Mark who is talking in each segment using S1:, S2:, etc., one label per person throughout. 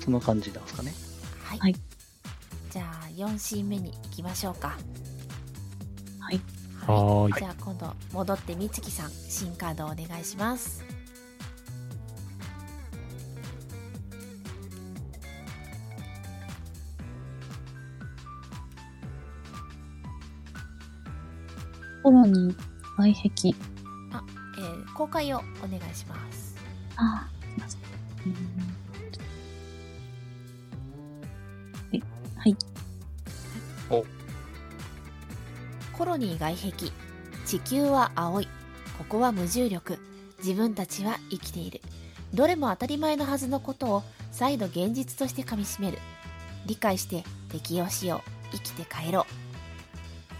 S1: その感じなんですかね。
S2: はい、
S3: はい
S2: じゃあ4シーン目に行きましょうか
S3: はい
S2: は
S4: はいい
S2: じゃあ今度戻ってみつきさん新カードをお願いします
S3: コロニー、外壁。
S2: えー、公開をお願いします
S3: ああ、すいません。うーんとはい。はい。
S2: コロニー外壁地球は青いここは無重力自分たちは生きているどれも当たり前のはずのことを再度現実としてかみしめる理解して適応しよう生きて帰ろ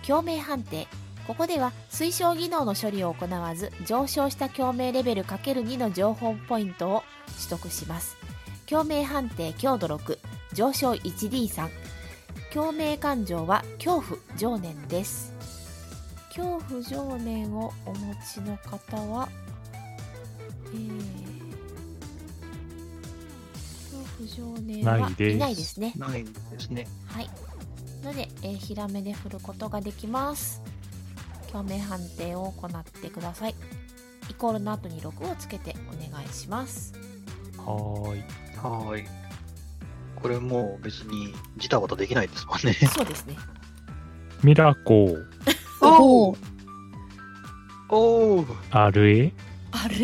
S2: う共鳴判定ここでは推奨技能の処理を行わず上昇した共鳴レベル ×2 の情報ポイントを取得します共鳴判定強度6上昇 1D3 共鳴感情は恐怖情念です恐怖情念をお持ちの方は、えー恐怖情念は
S4: ないです
S2: いないですね
S1: ないんですね。
S2: はい。ので、えー、ヒラメで振ることができます。共鳴判定を行ってください。イコールの後に6をつけてお願いします。
S4: はーい。
S1: はーい。これもう別にジタバタできないですもんね。
S2: そうですね。
S4: ミラコ、
S3: おお、
S1: おー、
S4: あるえ、
S2: あ
S3: あれ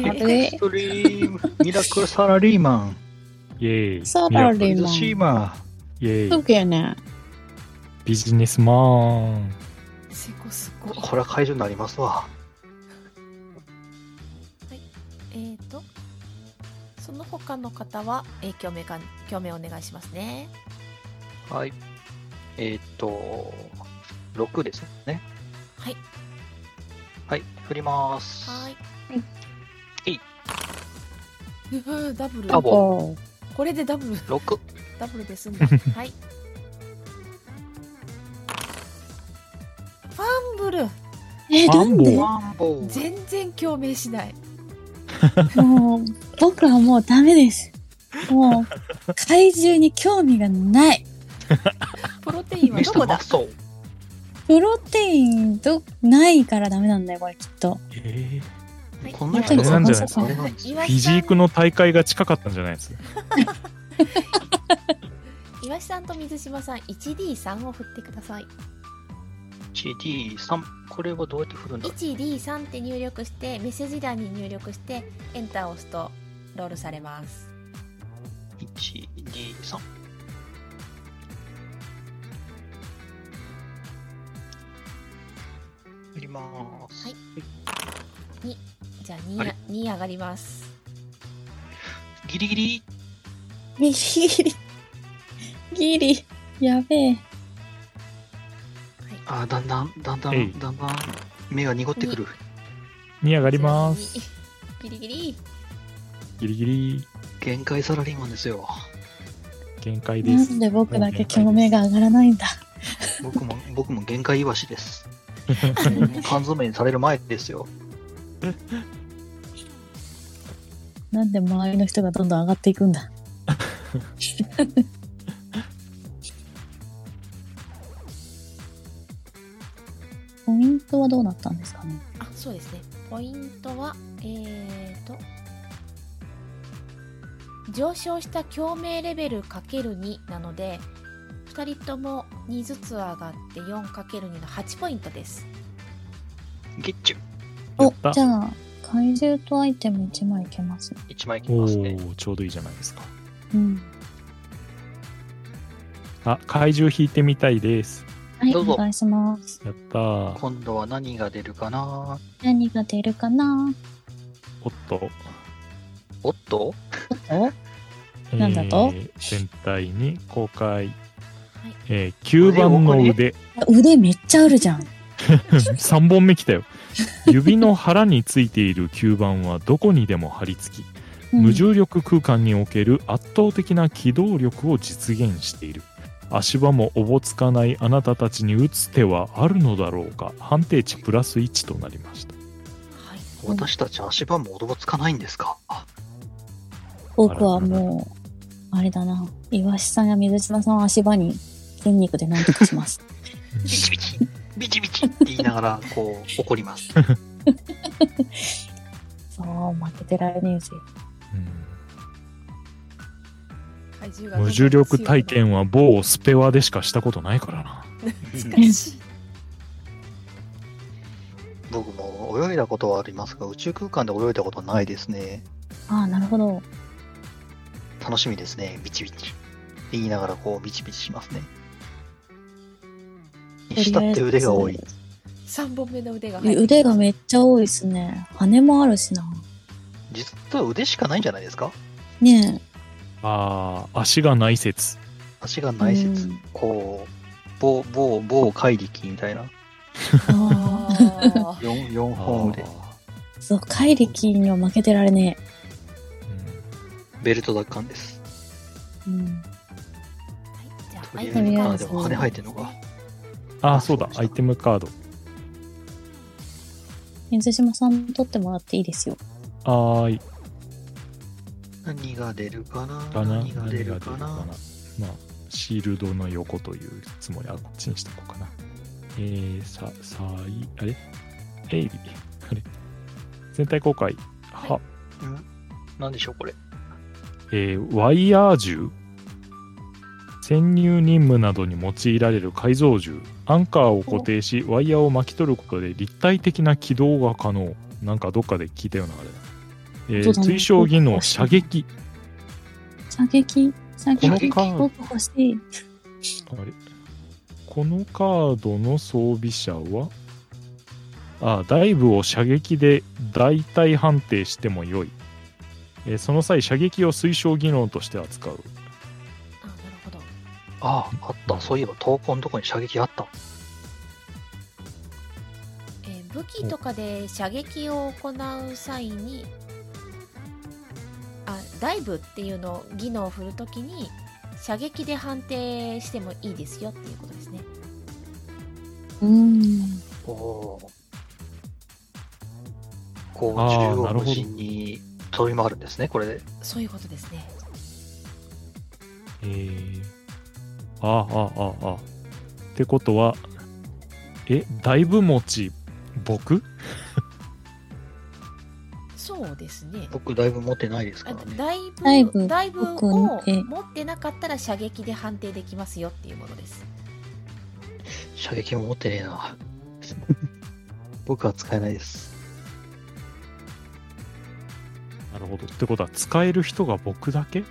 S1: ス、トリーム、 ミラクルサラリーマン、
S4: イェイ。
S3: サラ
S4: ミラ
S3: リー
S1: 水
S3: マ
S1: シー
S3: ン。
S1: マ
S4: コイェ
S3: す
S4: イ。
S3: ぐやね。
S4: ビジネスマン。
S2: すごすご
S1: ー。これは解除になりますわ。
S2: えーと、その他の方は、えー、共鳴か、共鳴お願いしますね。
S1: はい。えーっと、6ですね。
S2: はい。
S1: はい、振ります。
S2: はーい。
S1: えい。
S2: うふダブル。
S1: ダブル
S3: おー
S2: これでダブル。
S1: 6。
S2: ダブルで 済んだ。はい。ファンブル
S3: え、
S4: マ
S3: な
S4: ン
S3: ん
S4: ボ
S3: で
S1: ワンボー。
S2: 全然共鳴しない。
S3: もう、僕はもうダメです。もう、怪獣に興味がない。
S2: プロテインは
S1: ミ
S2: ど
S1: スタ
S2: こ
S1: ーマ
S2: だ
S1: ッソー。
S3: プロテインど、ないからダメなんだよ、これきっと。
S4: えー
S2: はい
S1: こんな
S3: 人が
S4: なんじゃないです
S3: か
S1: これなんですよ
S2: 岩
S4: フィジー
S2: 井
S4: クの大会が近かったんじゃないですか。
S2: 岩井さんと水島さん 1D3 を振ってください
S1: 1D3。これはどうやって振るんだ
S2: 1D3 って入力してメッセージ欄に入力してエンターを押すとロールされます
S1: 123振ります、
S2: はいじゃあ 2,
S1: あれ
S2: 2上がります
S1: ギリギリ
S3: ギリ。ギリ。やべえ。
S1: あーだんだんだんだ
S4: えい
S1: んだんだん目が濁ってくる
S4: に上が
S2: あ
S4: ります。
S2: ギリギリ
S4: ギリギリ、
S1: 限界サラリーマンですよ
S4: 限界で
S3: な
S4: す
S3: ん。で僕だけ共鳴が上がらないんだ。
S1: 僕 も僕も限界イワシです缶詰にされる前ですよ
S3: なんで周りの人がどんどん上がっていくんだ。ポイントはどうなったんですかね
S2: あそうですねポイントはえーと上昇した共鳴レベル ×2 なので2人とも2ずつ上がって 4×2 の8ポイントです
S1: ギッチュ
S4: や
S3: お
S4: っ、た
S3: じゃあ、怪獣とアイテム1枚いけます。
S1: 1枚いき
S4: お
S1: ますね
S4: お、ちょうどいいじゃないですか。
S3: うん。
S4: あ、怪獣引いてみたいです。
S3: はい、
S1: どうぞ
S3: お願いします。
S4: やったー。
S1: 今度は何が出るかな
S3: 何が出るかな
S4: おっと。
S1: おっと
S3: おなんだと
S4: えー全体に公開。
S2: はい
S4: えー、9番の腕。
S3: 腕めっちゃあるじゃん。
S4: 3本目来たよ。指の腹についている吸盤はどこにでも貼り付き、
S3: うん
S4: 無重力空間における圧倒的な機動力を実現している。足場もおぼつかないあなたたちに打つ手はあるのだろうか判定値プラス1となりました。
S2: はい
S1: 私たち足場もおどぼつかないんですかあ
S3: 僕はもう、あれだな。イワシさんや水島さんを足場に筋肉でなんとかし ます。
S1: ビチビチ、ビチビチ って言いながら、こう、怒ります。
S3: そう、負けてられねえぜ。
S5: 怪獣が
S4: うん無重力体験は某スペワでしかしたことないからな。
S1: うん
S5: 難しい
S1: 僕も泳いだことはありますが、宇宙空間で泳いだことはないですね。
S3: ああ、なるほど。
S1: 楽しみですね、ビチビチ。言いながら、こう、ビチビチしますね。下って腕が多い。
S5: 三本目の腕が入って
S3: 腕がめっちゃ多いですね。羽もあるしな。
S1: 実は腕しかないんじゃないですか
S3: ね
S4: ああ、足がない説。
S1: 足がない説。
S3: うん
S1: こう、某、某、某怪力みたいな。
S3: え。
S5: あ
S3: あ
S5: ー
S1: 4, 四本腕
S4: あ。
S3: あ、そう、怪力には負けてられね
S4: ーうん
S1: ベルト奪還です。
S3: え。うん。
S2: はい、じゃあ
S1: と
S2: ア
S1: り
S2: イ
S1: あ
S2: テム
S1: え
S2: カ
S1: ず、あ
S2: ー
S1: で
S2: ド
S1: も羽生えてんのか。
S4: ああ、そうだ、アイテムカード。
S3: 水島さん取ってもらっていいですよ。
S4: はーい。
S1: 何が出るかな
S4: かな
S1: 何が出るかな
S4: まあ、シールドの横というつもりはこっちにしとこうかな。えー、さ、さい、あれえい、あれ全体公開。は、
S1: うん何でしょう、これ。
S4: えーワイヤー銃潜入任務などに用いられる改造銃アンカーを固定しワイヤーを巻き取ることで立体的な軌道が可能なんかどっかで聞いたようなあれだ、えー
S3: そうだね
S4: 追奨技能射撃
S3: 射撃射
S4: この
S3: 撃
S4: カード
S3: 僕欲しい。
S4: あれこのカードの装備者はあダイブを射撃で大体判定しても良い、えーその際射撃を推奨技能として扱う
S2: あなるほど
S1: ああ、あった。そういえば、投稿のとこに射撃あった。
S2: えー武器とかで射撃を行う際にあダイブっていうのを技能を振るときに射撃で判定してもいいですよっていうことですね
S3: うん。
S1: おお。こう、
S4: あー
S1: 中
S4: な
S1: 央
S4: るほ
S1: 無
S4: ど
S1: 尽に飛び回るんですね、これで。
S2: そういうことですね
S4: えー、あああああってことはえだいぶ持ち僕
S2: そうですね
S1: 僕、だいぶ持ってないですか
S2: あ
S1: らね。
S2: だい
S3: ダイ
S2: ぶ
S3: ブ
S2: だいぶ
S3: 僕
S2: を
S3: え
S2: 持ってなかったら射撃で判定できますよっていうものです
S1: 射撃も持ってねえな。 僕は使えないです。
S4: なるほどってことは使える人が僕だけ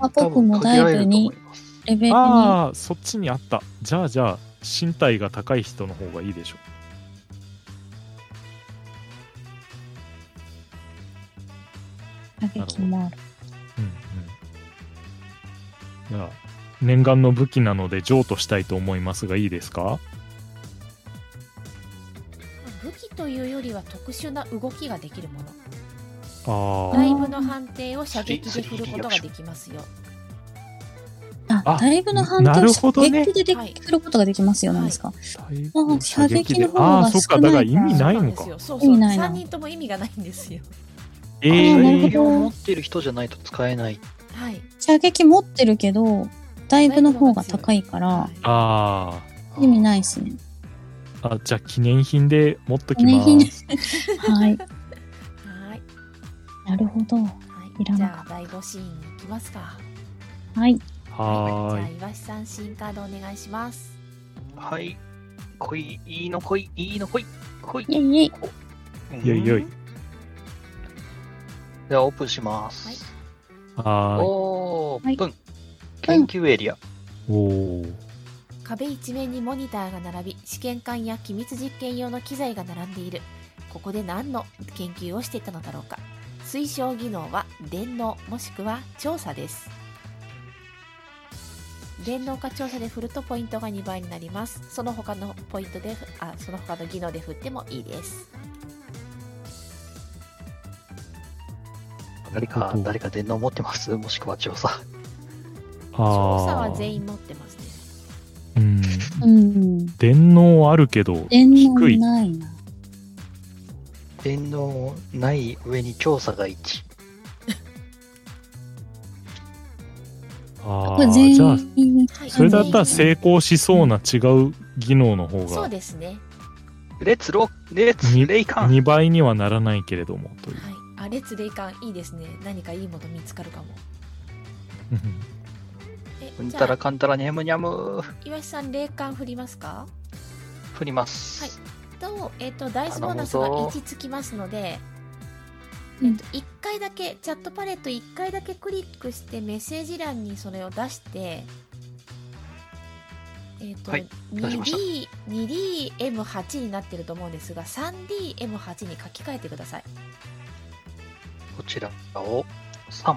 S3: あ僕もダイ
S1: 多分限られる
S3: ブに
S1: と思います
S3: レベルに。
S4: ああそっちにあったじゃあじゃあ身体が高い人の方がいいでしょ
S3: 射撃もある。
S4: うんうんじゃあ念願の武器なので譲渡したいと思いますがいいですか
S2: 武器というよりは特殊な動きができるもの
S4: あー
S2: ダイブの判定を射撃で振ることができますよ
S3: あ
S4: あ、
S3: だいぶの判定
S4: な
S3: を
S4: る
S3: 射
S4: ほどね
S3: 撃でで
S2: はい
S3: きることができますよ、なんですか。あ射撃の方
S4: ああ
S3: が
S4: ーそっか
S3: 少
S4: だ
S3: ないから
S4: から意味ないのか
S2: そうなんですよそう
S3: 意
S2: そう
S3: 味ないな
S2: 3人とも意味がないんですよ
S4: え
S3: あーなる
S1: 射
S3: ほ
S1: 撃
S4: ー
S3: ど
S1: を持ってる人じゃないと使えない。
S2: はい
S3: 射撃持ってるけど、だいぶの方が高いから、
S2: は
S4: あ
S3: 意味ないですね。
S4: ーあじゃあ記念品で持っとき
S3: 記念
S4: ます
S3: 品はい。
S2: ー い
S3: なるほど。
S2: はい
S3: いら
S2: じ
S3: な
S2: ゃ
S3: か
S2: あ第5シーンに行きますか
S3: はい。
S4: はーい
S2: じゃあ岩シさん新カードお願いします
S1: はい。来い、いいの来い、いいの来い、来い。
S3: イェイイェイ。
S1: うん
S4: よいよい。
S1: では、オープンします。
S2: はい
S4: は
S1: オープン。
S3: はい
S1: 研究エリア。
S4: ーい。おおー。
S2: 壁一面にモニターが並び試験管や機密実験用の機材が並んでいるここで何の研究をしていたのだろうか推奨技能は電脳もしくは調査です電脳か調査で振るとポイントが2倍になりますその他のポイントであその他の技能で振ってもいいです
S1: 誰か、誰か電脳持ってますもしくは調査。
S2: 調査は全
S4: 員。
S2: 員持ってますね
S4: うん。
S3: うん。
S4: 電脳あるけど、
S3: 電脳
S4: 低い。
S3: ないな。
S1: 電脳ない上に調査が1。
S4: あ
S3: これ
S4: あ、
S3: 全
S4: じゃあ、
S3: 員。
S2: はい
S4: それだったら成功しそうな違う技能の方
S2: そう
S4: が
S2: ですね。
S1: レッツロー、レッツ
S4: に
S1: レイカン。
S4: 2倍にはならないけれどもという。
S2: はい。
S6: あれつれいかんいいですね何かいいもの見つかるかも
S2: え
S1: うん
S2: じ
S1: た
S2: ゃ
S1: ら
S2: あ
S1: かんたらにゃむにゃむ
S2: 岩井さん霊感振りますか？
S1: 振ります。
S2: とえっ、とダイスボーナスが
S1: 頼むぞ
S2: 1つきますので、
S3: うん
S2: えっと1回だけチャットパレット1回だけクリックしてメッセージ欄にそれを出してえっ、と、
S1: はい出しました
S2: 2D2DM8 になってると思うんですが 3DM8 に書き換えてください
S1: こちらを3。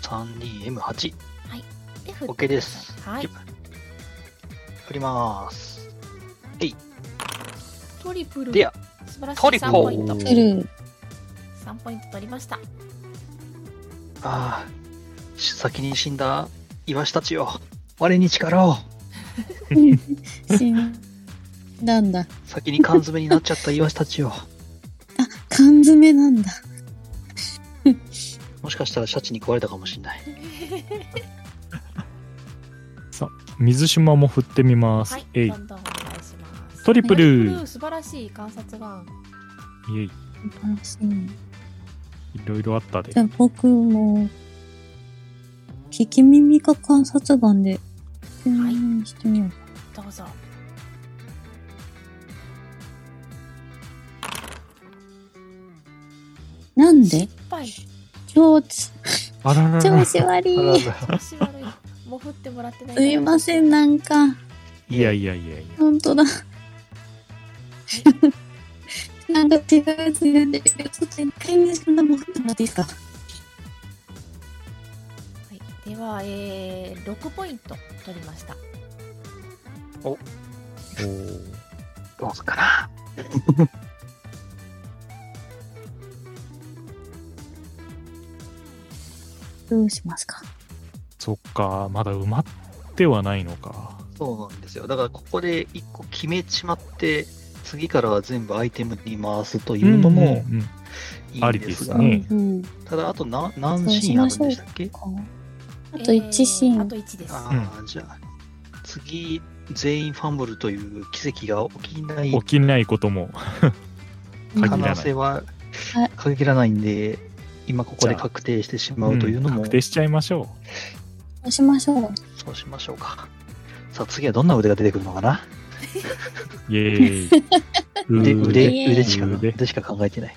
S1: 3DM8。
S2: で振って
S1: OK です。
S2: はい。
S1: 振ります。
S2: トリプル
S1: では、
S2: 素晴らしい
S1: トリプ
S2: 3
S1: ル
S2: ポイント
S3: 来る。
S2: 3ポイント取りました
S1: ああ、先に死んだイワシたちよ。我に力を。
S3: 死んだんだ。
S1: 先に缶詰になっちゃったイワシたちよ。
S3: あ、缶詰なんだ。
S1: もしかしたらシャチに食われたかもしれない。
S4: 水島も振ってみます。
S2: はい
S4: えい
S2: ど。んどんお願いします
S4: トリプル
S2: トリ素晴らしい観察眼
S4: イエイ。
S3: 楽しい。
S4: いろいろあったで
S3: じ。ゃあ僕も、聞き耳か観察眼で、うんしてみよう。
S2: どうぞ
S3: なんで
S2: いっぱい
S3: 調子、
S4: あらら
S3: 調
S4: ら。
S3: 子悪い。
S2: 調子悪い。もう振ってもらってない。
S3: すいません、なんか、
S4: いやいやいやい
S3: ほんとだ。なんか違うやつになってるちょっと一回目そんなもん振ってもらっていいですか
S2: はい、では、えー、6ポイント取りました。
S4: や。おー
S1: どうすっかな。
S3: どうしますか
S4: そっか、まだ埋まってはないのか。
S1: そうなんですよ。だからここで一個決めちまって、次からは全部アイテムに回すというのも
S4: うんうんうん
S1: い
S4: あ
S1: い
S4: り
S1: ん
S4: で
S1: です
S4: す
S1: が、
S4: ね
S3: うん。
S1: ただあと何何シーンあるんでしたっけ
S3: あと1シ
S2: え
S3: ー
S2: あ
S3: ン。
S2: と1です。は
S1: ああ、じゃあ、次、全員ファンブルという奇跡が起きない
S4: 起きないことも。
S3: うん
S1: 可
S4: 限らない
S1: 能性は
S3: はい
S1: 限らないんで、今ここで確定してしまうというの
S4: ん
S1: も、
S4: 確定しちゃいましょ
S3: そうしましょう。
S1: そうしましょうか。さあ次はどんな腕が出てくるのかな
S4: う。イエ ーイ。
S1: 腕、
S4: うー
S1: 腕、
S3: 腕
S1: 腕しか、
S4: 腕
S1: 腕しか考えてない。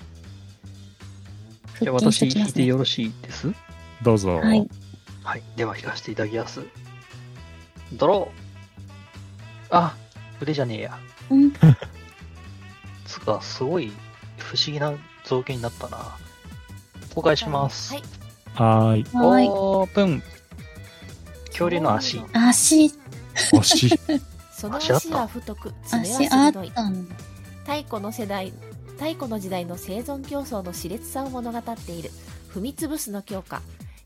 S1: じゃあ
S3: 腹筋し
S1: 私
S3: とき
S1: 引
S3: ま
S1: い
S3: す
S1: て
S3: ね。
S1: よろしいです
S4: どうぞ。
S3: はい。
S1: はい、では引かせていただきます。ドローあ、腕じゃねえや。
S3: うん
S1: つか、すごい不思議な造形になったな。公開します。
S2: はい。
S4: はーい。
S3: はーい。
S1: オープン恐竜の足。
S3: 足、
S4: 星。
S2: その足は太く、爪
S3: 足あ
S2: は
S3: っ
S2: 鋭い。
S3: たんだ。
S2: 太古の世代、太古の時代の生存競争の熾烈さを物語っている。踏み潰すの強化。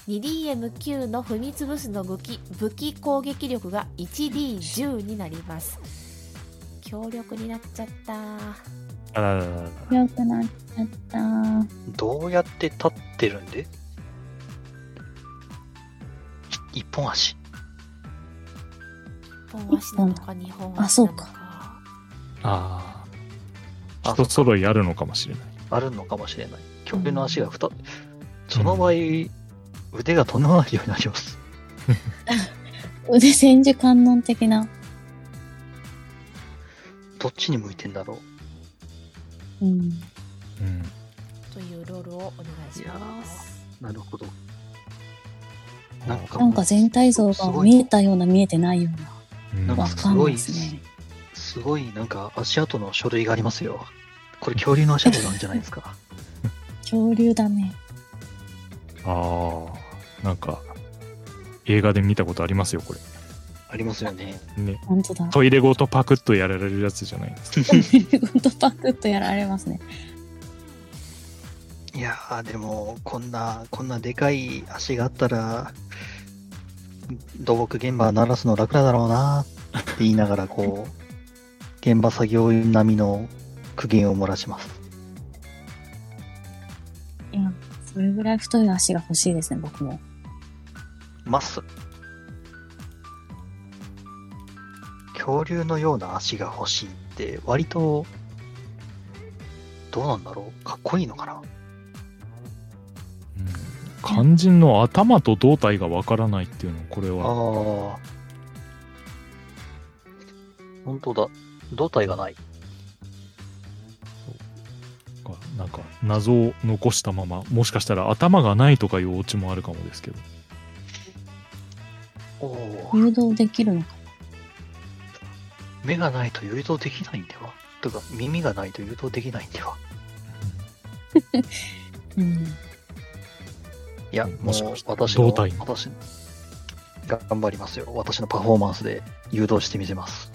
S2: 2DM9 の踏み潰すの武器、武器攻撃力が 1D10 になります。強力になっちゃった。
S4: あらららら
S3: よくなっちゃった。
S1: どうやって立ってるんでひ一本足。
S2: 一本足なのか二本足なのか。
S3: あそうか
S4: ああ。
S1: あ
S4: 人揃いあるのかもしれない。
S1: あるのかもしれない。恐竜の足が二つ。その場合、腕がとんでもないようになります。
S3: 腕千手観音的な。
S1: どっちに向いてんだろう。
S3: うん。
S4: うん。
S2: というロールをお願いします。
S1: なるほど。なんか、
S3: なんか全体像
S1: す
S3: が
S1: ごい
S3: 見えたような見えてないよう
S4: うん
S1: なん
S3: な。
S1: か
S3: わ
S1: す
S3: かんな
S1: ご
S3: い
S1: い
S3: ですね。
S1: すごい、なんか足跡の書類がありますよ。これ恐竜の足跡なんじゃないですか。
S3: 恐竜だね。
S4: ああ。なんか、映画で見たことありますよ、こ
S1: ありますよね。
S4: れ。ね。
S3: 本当だ。
S4: トイレごとパクッとやられるやつじゃないですか。
S3: ほんとパクッとやられますね。
S1: いやー、でも、こんな、こんなでかい足があったら、土木現場鳴らすの楽だろうなって言いながら、こう、現場作業員並みの苦言を漏らします。
S3: いや、それぐらい太い足が欲しいですね、僕も。
S1: ます。恐竜のような足が欲しいって、割と、どうなんだろうかっこいいのかな
S4: 肝心の頭と胴体がわからないっていうのこれ
S1: あ
S4: は
S1: あ。本当だ。胴体がない。
S4: なんか謎を残したままもしかしたら頭がないとかいうオチもあるかもですけど
S1: おお。
S3: 誘導できるのか。
S1: 目がないと誘導できないんではとか、耳がないと誘導できないんでは
S3: うん。
S1: いや、も
S4: も
S1: う
S4: しかしたら
S1: 私の、
S4: 胴体
S1: 私、頑張りますよ。私のパフォーマンスで誘導してみせます。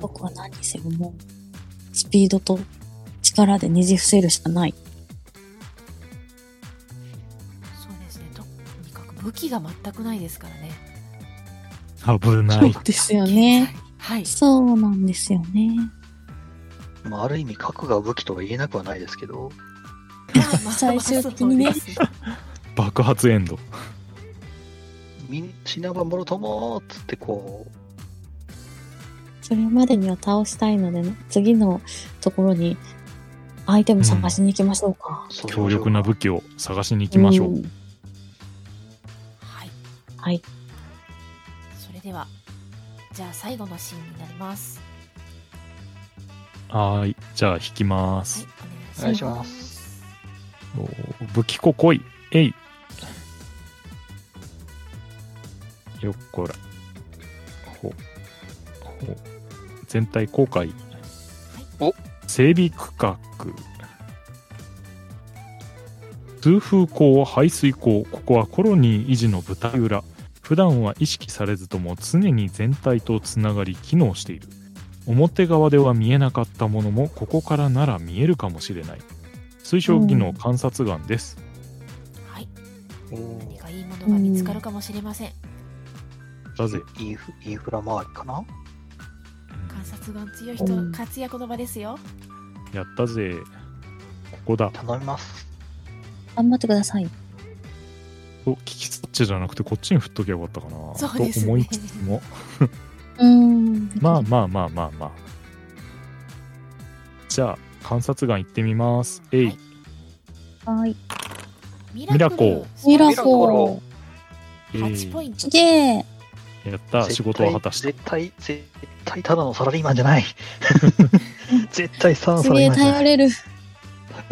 S3: 僕は何にせよもう、スピードと力でねじ伏せるしかない。
S7: そうですねとにかく武器が全くないですからね
S4: 危ない
S3: ですよね。
S7: はい
S3: そうなんですよね。
S1: まあ、ある意味、核が武器とは言えなくはないですけど、
S3: 最終 的にね
S7: そうです
S4: 爆発エンド
S1: みん、死なばもろともーっつってこう、
S3: それまでには倒したいので、ね、次のところにアイテム探しに行きましょうか。
S1: そうしましょう
S4: 強力な武器を探しに行きましょう、
S3: ん
S7: はい
S3: はい。
S7: それではじゃあ最後のシーンになります
S4: はーいじゃあ引きま
S7: はい
S4: す、
S7: お願いし
S1: お願
S7: ま
S1: いします
S4: おー武器庫来いえいよっこらほほ全体公開
S1: お
S4: 整備区画通風口排水口ここはコロニー維持の舞台裏普段は意識されずとも常に全体とつながり機能している表側では見えなかったものもここからなら見えるかもしれない水晶機能観察眼です、
S7: はい
S1: お
S7: 何かいいものが見つかるかもしれません
S4: だぜ
S1: ーインフインフラ周りかな
S7: 観察眼強い
S3: うん
S7: 人活躍の場ですよ
S4: やったぜここだ
S1: 頼みます。
S3: 頑張ってください。
S4: お聞きそっちじゃなくてこっちに振っときゃよかったかな
S7: そうですね
S4: と思いつつも
S3: うん。
S4: まあまあまあまあまあじゃあ観察眼行ってみますえい、
S7: はい
S3: あ。はい。
S7: ミ
S4: ラクル
S3: ミラ
S1: ラコ
S3: コ
S4: えい
S7: 8ポイント
S3: ー。で、
S4: やった仕事を果たして
S1: 絶対、絶対ただのサラリーマンじゃ ない。絶対さ、
S3: す
S1: サラ
S3: げ
S1: リー
S3: え
S1: マンじゃな
S3: 頼
S1: い。
S3: れる。
S1: 頼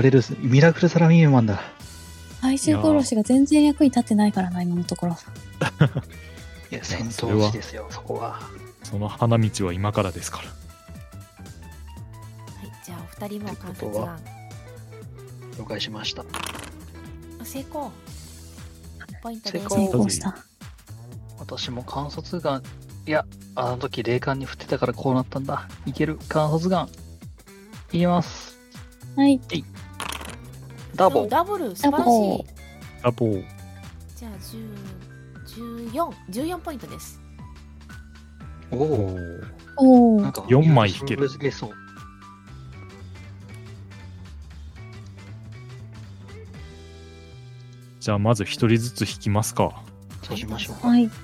S1: れるミラクルサラリーマンだ。
S3: 最終殺しが全然役に立ってないからな、今のところ。
S1: いや、戦闘士ですよ、そこは。
S4: その花道は今からですから
S7: はいじゃあお二人も観察
S1: ってことは
S7: 眼
S1: 了解しました。
S7: 成功ポイントです
S1: 成
S3: 成
S1: 功
S3: 功した。
S1: 私も観察眼、いや、あの時霊感に振ってたからこうなったんだ。いける、観察眼。いきます。
S3: はい。
S1: ダボ。
S7: ダブル素晴らしい
S4: ラボー
S7: じゃあ10 14 14ポイントです
S1: お
S4: お
S1: お。
S4: ー
S3: おお
S1: なん。か
S4: 四枚引ける
S1: 難しそう。
S4: じゃあまず一人ずつ引きますか
S1: そうしましょうか。
S3: はい。
S4: おー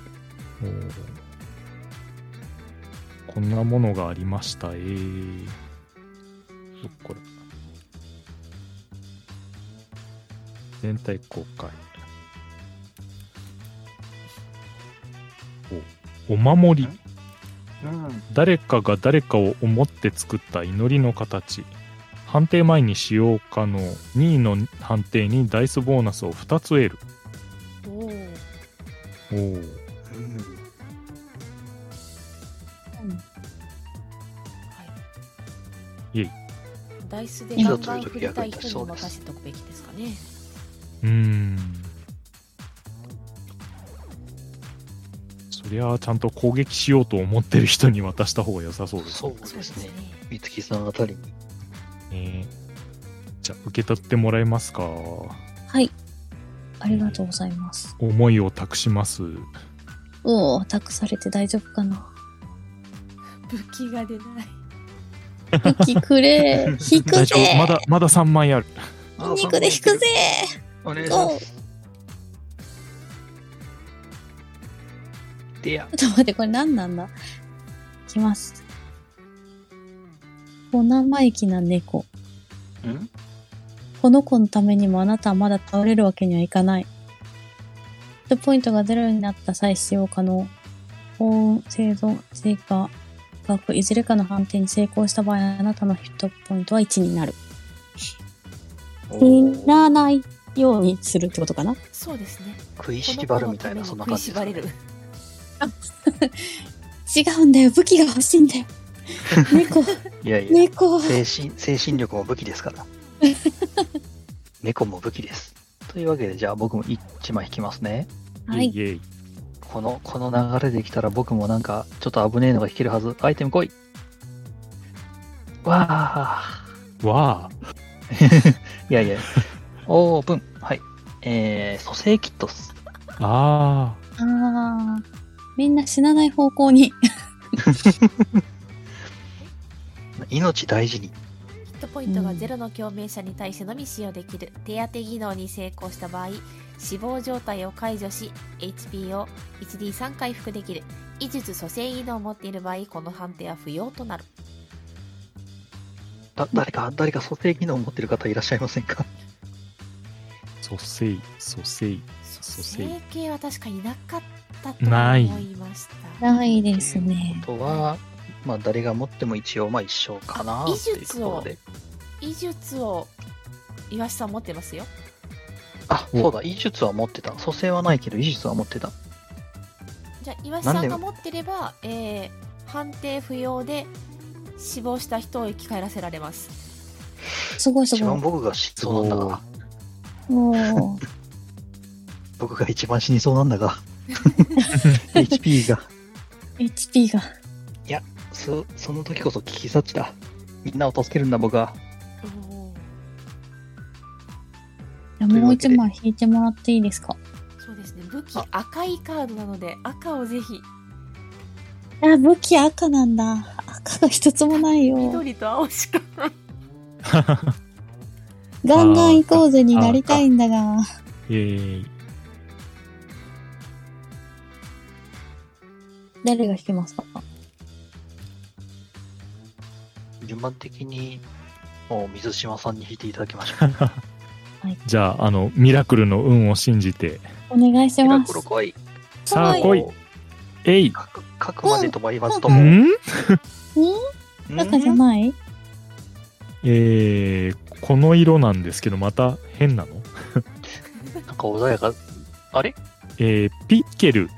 S4: こんなものがありましたえー、どっこれ全体公開おお守り
S1: うん。
S4: 誰かが誰かを思って作った祈りの形判定前に使用可能2位の判定にダイスボーナスを2つ得る
S7: おおー
S4: おー
S1: うん
S7: はい
S4: イェイ
S7: ダイスで
S1: い
S7: ガ
S1: ざ
S7: ンガン
S1: という
S7: 振
S1: 時
S7: り
S1: 役
S7: た
S1: に
S7: い
S1: 立ち
S7: 人
S1: そう
S7: に
S1: です
S7: 任せておくべきですかね
S4: うーんそりゃあちゃんと攻撃しようと思ってる人に渡した方が良さそうです
S1: そう
S4: ね
S1: ですね。美月さんあたりに。
S4: じゃあ受け取ってもらえますか
S3: はい。ありがとうございます。
S4: 思いを託します
S3: おお、託されて大丈夫かな。
S7: 武器が出ない
S3: 引きくれ。 引く
S4: 大丈
S3: ぜ
S4: 夫。まだ、まだ3枚ある。
S3: 筋肉で引くぜ。
S1: お願いしま
S3: ゴー。
S1: す。でや、
S3: ちょっと待って、これ何なんだいきます。お生意気な猫。
S1: ん
S3: この子のためにもあなたはまだ倒れるわけにはいかない。ヒットポイントがゼロになった際使用可能。幸運、生存、成果、額、いずれかの判定に成功した場合、あなたのヒットポイントは1になる。死なないようにするってことかな
S8: そうですね。
S1: 食いしばるみたいな、そんな感じですかね、
S8: 食いしばれる。
S3: 違うんだよ。武器が欲しいんだよ。猫、
S1: いやいや、
S3: 猫。
S1: 精神、精神力も武器ですから。猫も武器です。というわけで、じゃあ僕も1枚引きますね。
S3: はい
S4: イ。エイイエイ
S1: この、この流れできたら僕もなんか、ちょっと危ねえのが引けるはず。アイテム来いわあ。
S4: わあ、
S1: いや いや。オープン。はい。えー、蘇生キットっす。
S4: あ
S3: あ
S4: あ、
S3: あ、みんな死なない方向に。
S1: 命大事に。
S2: ヒットポイントがゼロの共鳴者に対してのみ使用できる手当て技能に成功した場合死亡状態を解除し HP を 1D3 回復できる医術蘇生技能を持っている場合この判定は不要となる
S1: だ、誰か、誰か蘇生技能を持ってる方いらっしゃいませんか
S4: 蘇生、蘇生。
S2: 蘇
S4: 生
S2: 生系は確かになかったと
S4: な
S2: 思
S4: い
S2: いました
S3: ないです ね。
S1: とは、まあ、誰が持っても一応、まあ、一緒かな
S2: あ
S1: っていうところで。
S2: 医術を岩下さん持ってますよ
S1: あ、そうだ、医術は持ってた。蘇生はないけど、医術は持ってた。
S2: じゃあ岩下さ
S1: なんで
S2: んが持ってれば、えー判定不要で死亡した人を生き返らせられます
S3: すごいす
S1: 一
S3: ご
S1: 番
S3: い。
S1: 僕が死にそうなんだが、
S3: もう、
S1: 僕が一番死にそうなんだ が、HP が。
S3: HP が。
S1: そ、その時こそ危機察知だ。みんなを助けるんだ、僕は。
S2: おー
S3: じゃあもう一枚引いてもらっていいですか
S2: そうですね武器
S1: あ
S2: 赤いカードなので赤をぜひ
S3: あ、武器赤なんだ。赤が一つもないよ。
S2: 緑と青しか
S3: ガンガン行こうぜになりたいんだが。
S4: イエイ
S3: 誰が引きますか
S1: 順番的に、もう水島さんに引いていただきましょう。
S4: じゃあ、あの、ミラクルの運を信じて、
S3: お願いし
S1: ミラ
S3: ま
S1: ク
S3: す
S1: ル。来い。
S4: さあ
S3: はい
S4: 来い。えい。
S1: 書く、書くまで止まりますと
S4: う
S1: も。ん
S4: ん
S3: 赤じゃない
S4: えー、この色なんですけど、また変なの
S1: なんか穏やか。あれ
S4: えーピッケル。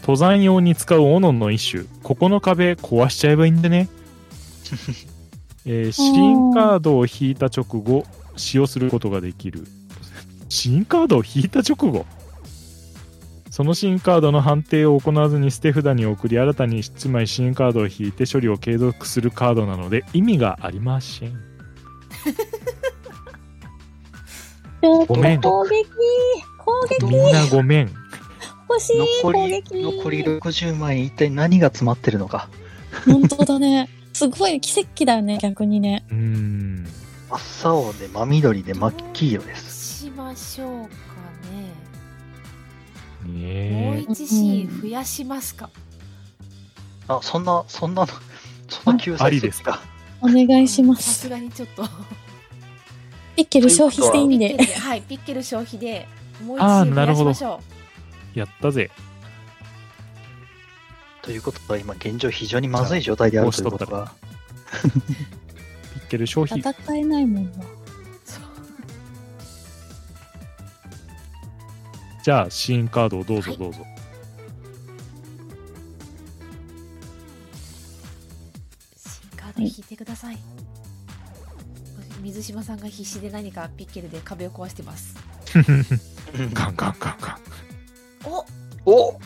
S4: 登山用に使う斧の一種。ここの壁壊しちゃえばいいんでね。えー、シーンカードを引いた直後、使用することができる。シーンカードを引いた直後そのシーンカードの判定を行わずに捨て札に送り、新たに1枚シーンカードを引いて処理を継続するカードなので意味がありません。
S3: ちょっと
S4: ごめん
S3: 攻撃攻撃
S4: みんなごめん。
S3: 欲しい
S1: 残
S3: 攻
S1: り、
S3: 撃
S1: 残り60万円、一体何が詰まってるのか。
S3: 本当だね。すごい奇跡だよね、逆にね。
S4: うーん。
S1: 真っ青で真緑で真っ黄色です。
S2: しましょうかねもう
S4: ねえ。
S2: 1シーン増やしますか、
S1: あ、そんな、そんなの、 そんな救
S4: あ
S1: 済
S4: りです
S1: か。
S3: お願いしま
S2: さす
S3: す。
S2: がにちょっと
S3: ピッケル消費していいん
S2: ピッ
S3: で
S2: ケ。ルではいピッケル消費でもう
S4: あ
S2: 1シー
S4: ー
S2: ン増
S4: なる
S2: やし
S4: ほど
S2: ましょ
S4: やったぜ。
S1: ということは、今現状非常にまずい状態であるということ
S4: じゃあ
S1: が、
S4: ピッケル消費。
S3: 戦えないもんな。
S2: うそう
S4: じゃあ、シーンカードをどうぞ
S2: はい
S4: どうぞ。
S2: 新カード引いてください、水島さんが必死で何かピッケルで壁を壊してます
S4: ガンガンガンガン。
S2: お
S1: お
S3: お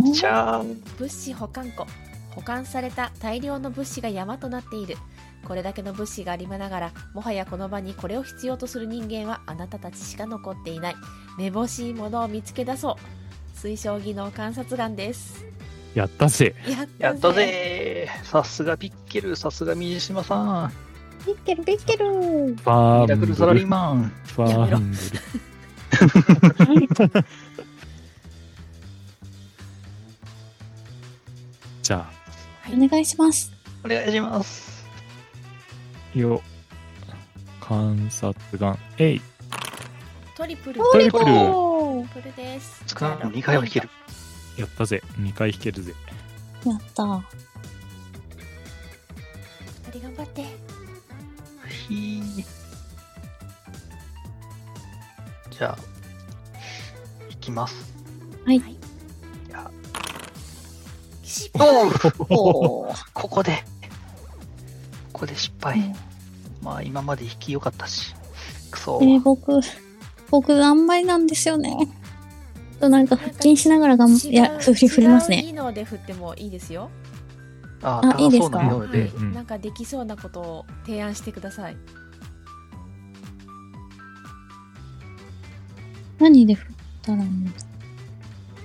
S1: おじゃあ、
S2: 物資保管庫保管された大量の物資が山となっているこれだけの物資がありながらもはやこの場にこれを必要とする人間はあなたたちしか残っていないめぼしいものを見つけ出そう推奨技能観察眼です
S4: やったぜ
S2: やった
S1: やったぜーさすがピッケルさすが水島さん
S3: ビッケル、ビッケル
S4: ファ
S1: ミラ
S4: ー
S1: ク
S4: ン
S1: ルサラ
S4: ブ
S1: リー
S4: ル
S1: マン
S4: ファーンブルじゃ
S3: お願いします。
S1: お願いします
S4: あよ観察眼えい
S2: トリプル
S4: トリプル
S3: おー
S2: トリプルです
S1: つか2回は引ける
S4: やったぜ2回引けるぜ
S3: やった。
S2: 二人頑張って
S1: ひーじゃあいきます
S3: はい
S1: いや
S2: 失
S1: おう
S3: おー
S1: ここでここで失敗、まあ今まで引き良かったしクソ、
S3: えー僕、僕、あんまりなんですよね。となんか腹筋しながらがん、いや、振り振ります
S2: 違う
S3: ね。
S2: 技能で振ってもいいですよ、
S1: あ
S3: あい
S1: 高
S3: いで
S1: そう
S3: すか
S1: なようで
S4: うんうん
S2: なんかできそうなことを提案してください
S3: 何で振ったらいいんだ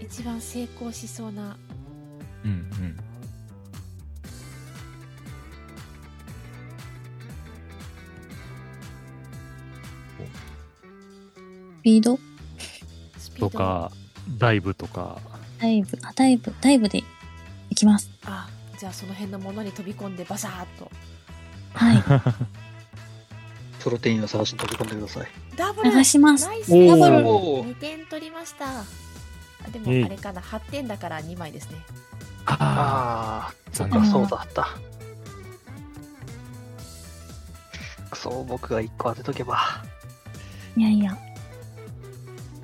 S2: 一番成功しそうな
S4: うんうん
S3: スピード
S2: スピー
S4: と
S2: ド
S4: かダイブとか
S3: ダイブ、あ、ダイブ、ダイブでいきます。
S2: あじゃあその辺のものに飛び込んでバサーっと
S3: はい。
S1: プロテインを探しに飛び込んでください
S2: ダブル
S3: 流します。
S2: ナイス
S4: おー
S2: ダブル
S1: おー
S2: 2点取りましたあで
S4: えい
S2: もあれかな8点だから2枚ですね
S4: あ
S1: ああ、そ
S4: 残
S1: うか、
S4: 念
S1: そうだった。くそ、僕が1個当てとけば。
S3: いやいや。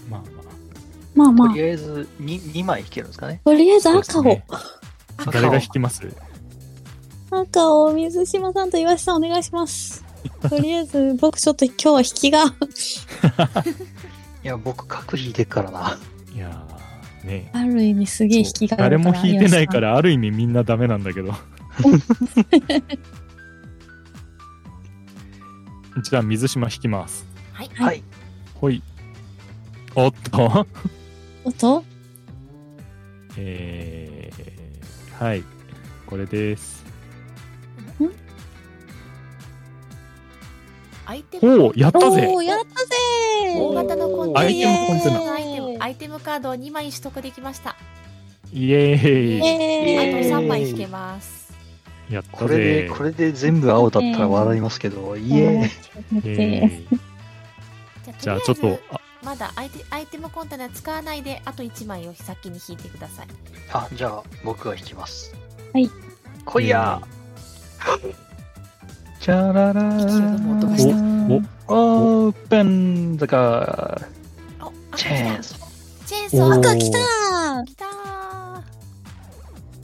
S4: まあまあ
S3: まあま
S1: と
S3: あ。
S1: りあえず 2, 2枚引けるんですかね。
S3: とりあえず
S4: そうで
S3: 赤
S4: す
S3: を、
S4: ね
S2: 赤
S4: 誰が引きます
S3: 赤を水島さんと岩下さんお願いします。とりあえず僕ちょっと今日は引きが。
S1: いや、僕、角引いてっからな。
S4: いやーね
S3: ある意味すげえ引きがあ
S4: 誰
S3: るから
S4: も引いてないか。らある意味みんなダメなんだけど じゃあ水島引きます
S2: はい
S3: は
S1: はいい。
S4: ほいおっと
S3: 岩下さんおっと
S4: えー、はいこれです
S2: アイテム
S4: おおやったぜ
S3: おー、やったぜ
S2: 大型のコンテナ
S4: アイテムコンテナ
S2: アイテムアイテムカードを2枚取得できましたあ
S4: イエーイ
S2: と
S1: イエーイ
S2: 3枚引けます
S4: やった
S1: これ
S4: ぜ
S1: で、これで全部青だったら笑いますけど、いえ、
S4: イエ
S3: え
S4: ーイじゃあちょっ
S2: りえず
S4: とあ
S2: まだアイテアイテムコンテナ使わないであと1枚を先に引いてください
S1: あ、じゃあ、僕が引きます。
S3: はい。
S1: こいやチャララ
S2: 一応でも音がした
S1: ーオープンザカー
S2: お赤
S1: チェ
S2: 来
S1: ー
S2: た
S1: ンソー
S2: チェーン
S4: お
S2: ソー
S4: ー
S2: 赤
S3: 来たー
S2: 来たー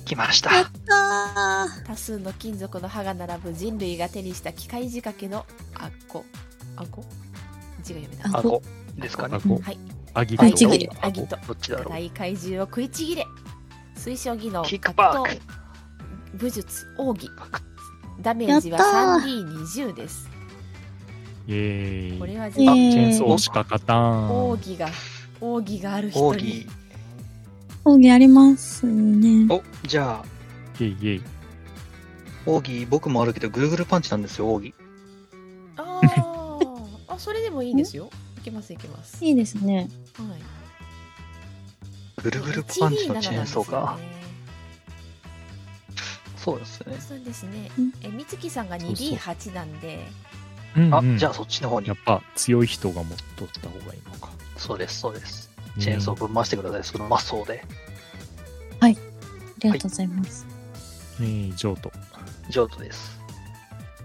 S1: 来ました
S3: やったー
S2: 多数の金属の歯が並ぶ人類が手にした機械仕掛けのアッコアッコ字が読めなかっ
S1: あこですかね
S4: あこ
S2: たはい
S4: あアギ
S3: あ一
S4: ト
S3: 部いる
S2: アギト
S1: どっちだろう
S2: 硬い怪獣を食いちぎれ推奨技能
S1: キックバック
S2: 格闘武術奥義
S1: バック
S2: ダメージは
S3: やった
S2: 3D20 です
S4: イエーイ
S2: これは
S3: え
S2: 全
S4: チ
S2: 部
S3: ー
S4: ェーンソーしか勝た
S2: 奥
S4: ん
S2: 義が奥義がある人
S1: 奥
S2: に
S1: 義
S3: 講義ありますね。
S1: おじゃあ
S4: イエイイエイ
S1: 奥義僕もあるけどグーグルパンチなんですよ奥義
S2: あーあそれでもいいですよいけますいけます、はい
S3: いいですね。
S1: ぐるぐるパンチのチェーンソーか、そうですね
S2: そうですね
S3: うん。
S2: え、みつきさんが
S4: そうそう
S2: 2D8 なんで、
S4: うん
S1: あ、
S4: うん
S1: じゃあそっちの方に
S4: やっぱ強い人が持っとった方がいいのか
S1: そうですそうですチェーンソーぶん回してください、そのマッソーで
S3: ありがとうございます。
S4: えー、譲渡
S1: 上手です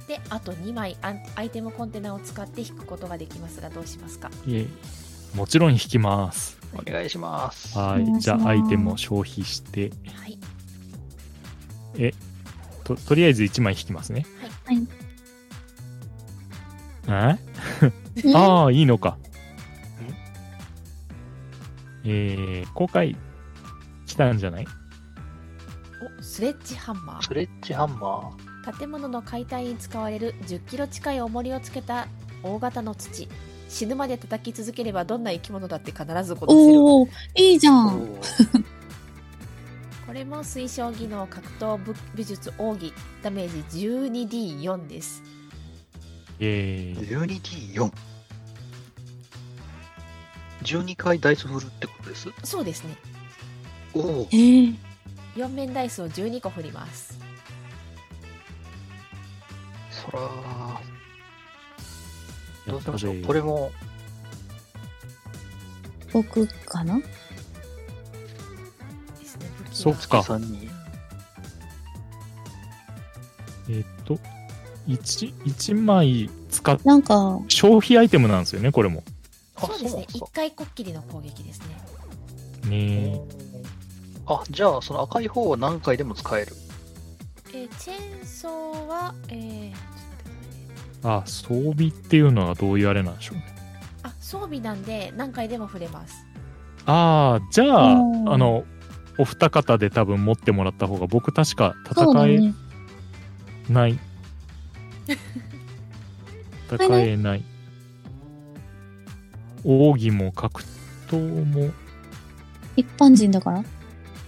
S2: で、あと2枚アンアイテムコンテナを使って引くことができますが、どうしますか
S4: イエイもちろん引きます
S1: お願いします
S4: は
S3: お願いしま
S4: い
S3: す
S4: じゃあアイテムを消費して
S2: はい。
S4: ととりあえず1枚引きますね
S3: はい
S4: えああいいのかえー、公開来たんじゃない
S2: お、スレッジハンマ
S1: スレッジハンマ
S2: ー。建物の解体に使われる10キロ近い重りをつけた大型の土。死ぬまで叩き続ければどんな生き物だって必ず殺せる。こ
S3: おおいいじゃ
S1: ー
S3: ん。
S1: おー
S2: れも推奨技能格闘武美術奥義ダメージ 12D4 です
S4: えー、
S1: 12D4。12回ダイス振るってことです。
S2: そうですね
S1: おお、
S3: えー、
S2: 4面ダイスを12個振ります
S1: そらー、
S4: や
S1: どう
S4: った
S1: し
S4: で
S1: ましょう。これも、
S3: 僕かな
S2: ですね武器は
S4: そっか
S1: さんに、
S4: えーっと、1、一枚使っ、
S3: なんか、
S4: 消費アイテムなんですよね、これも。
S1: あ
S2: そうで
S1: そう
S2: すね
S1: なんですか
S2: 1回こっきりの攻撃ですね
S4: ね
S1: あ、じゃあ、その赤い方は何回でも使える。
S2: えーチェーンソーはえーちょっと待ってね
S4: あ、装備っていうのはどういうあれなんでしょうね。
S2: あ装備なんで何回でも振れます
S4: ああ、じゃあ、あ
S3: うん
S4: の、お二方で多分持ってもらった方が、僕確か
S3: そうだ
S4: 戦え
S3: ね。
S4: ない。 戦えない。奥義も格闘も
S3: 一般人だから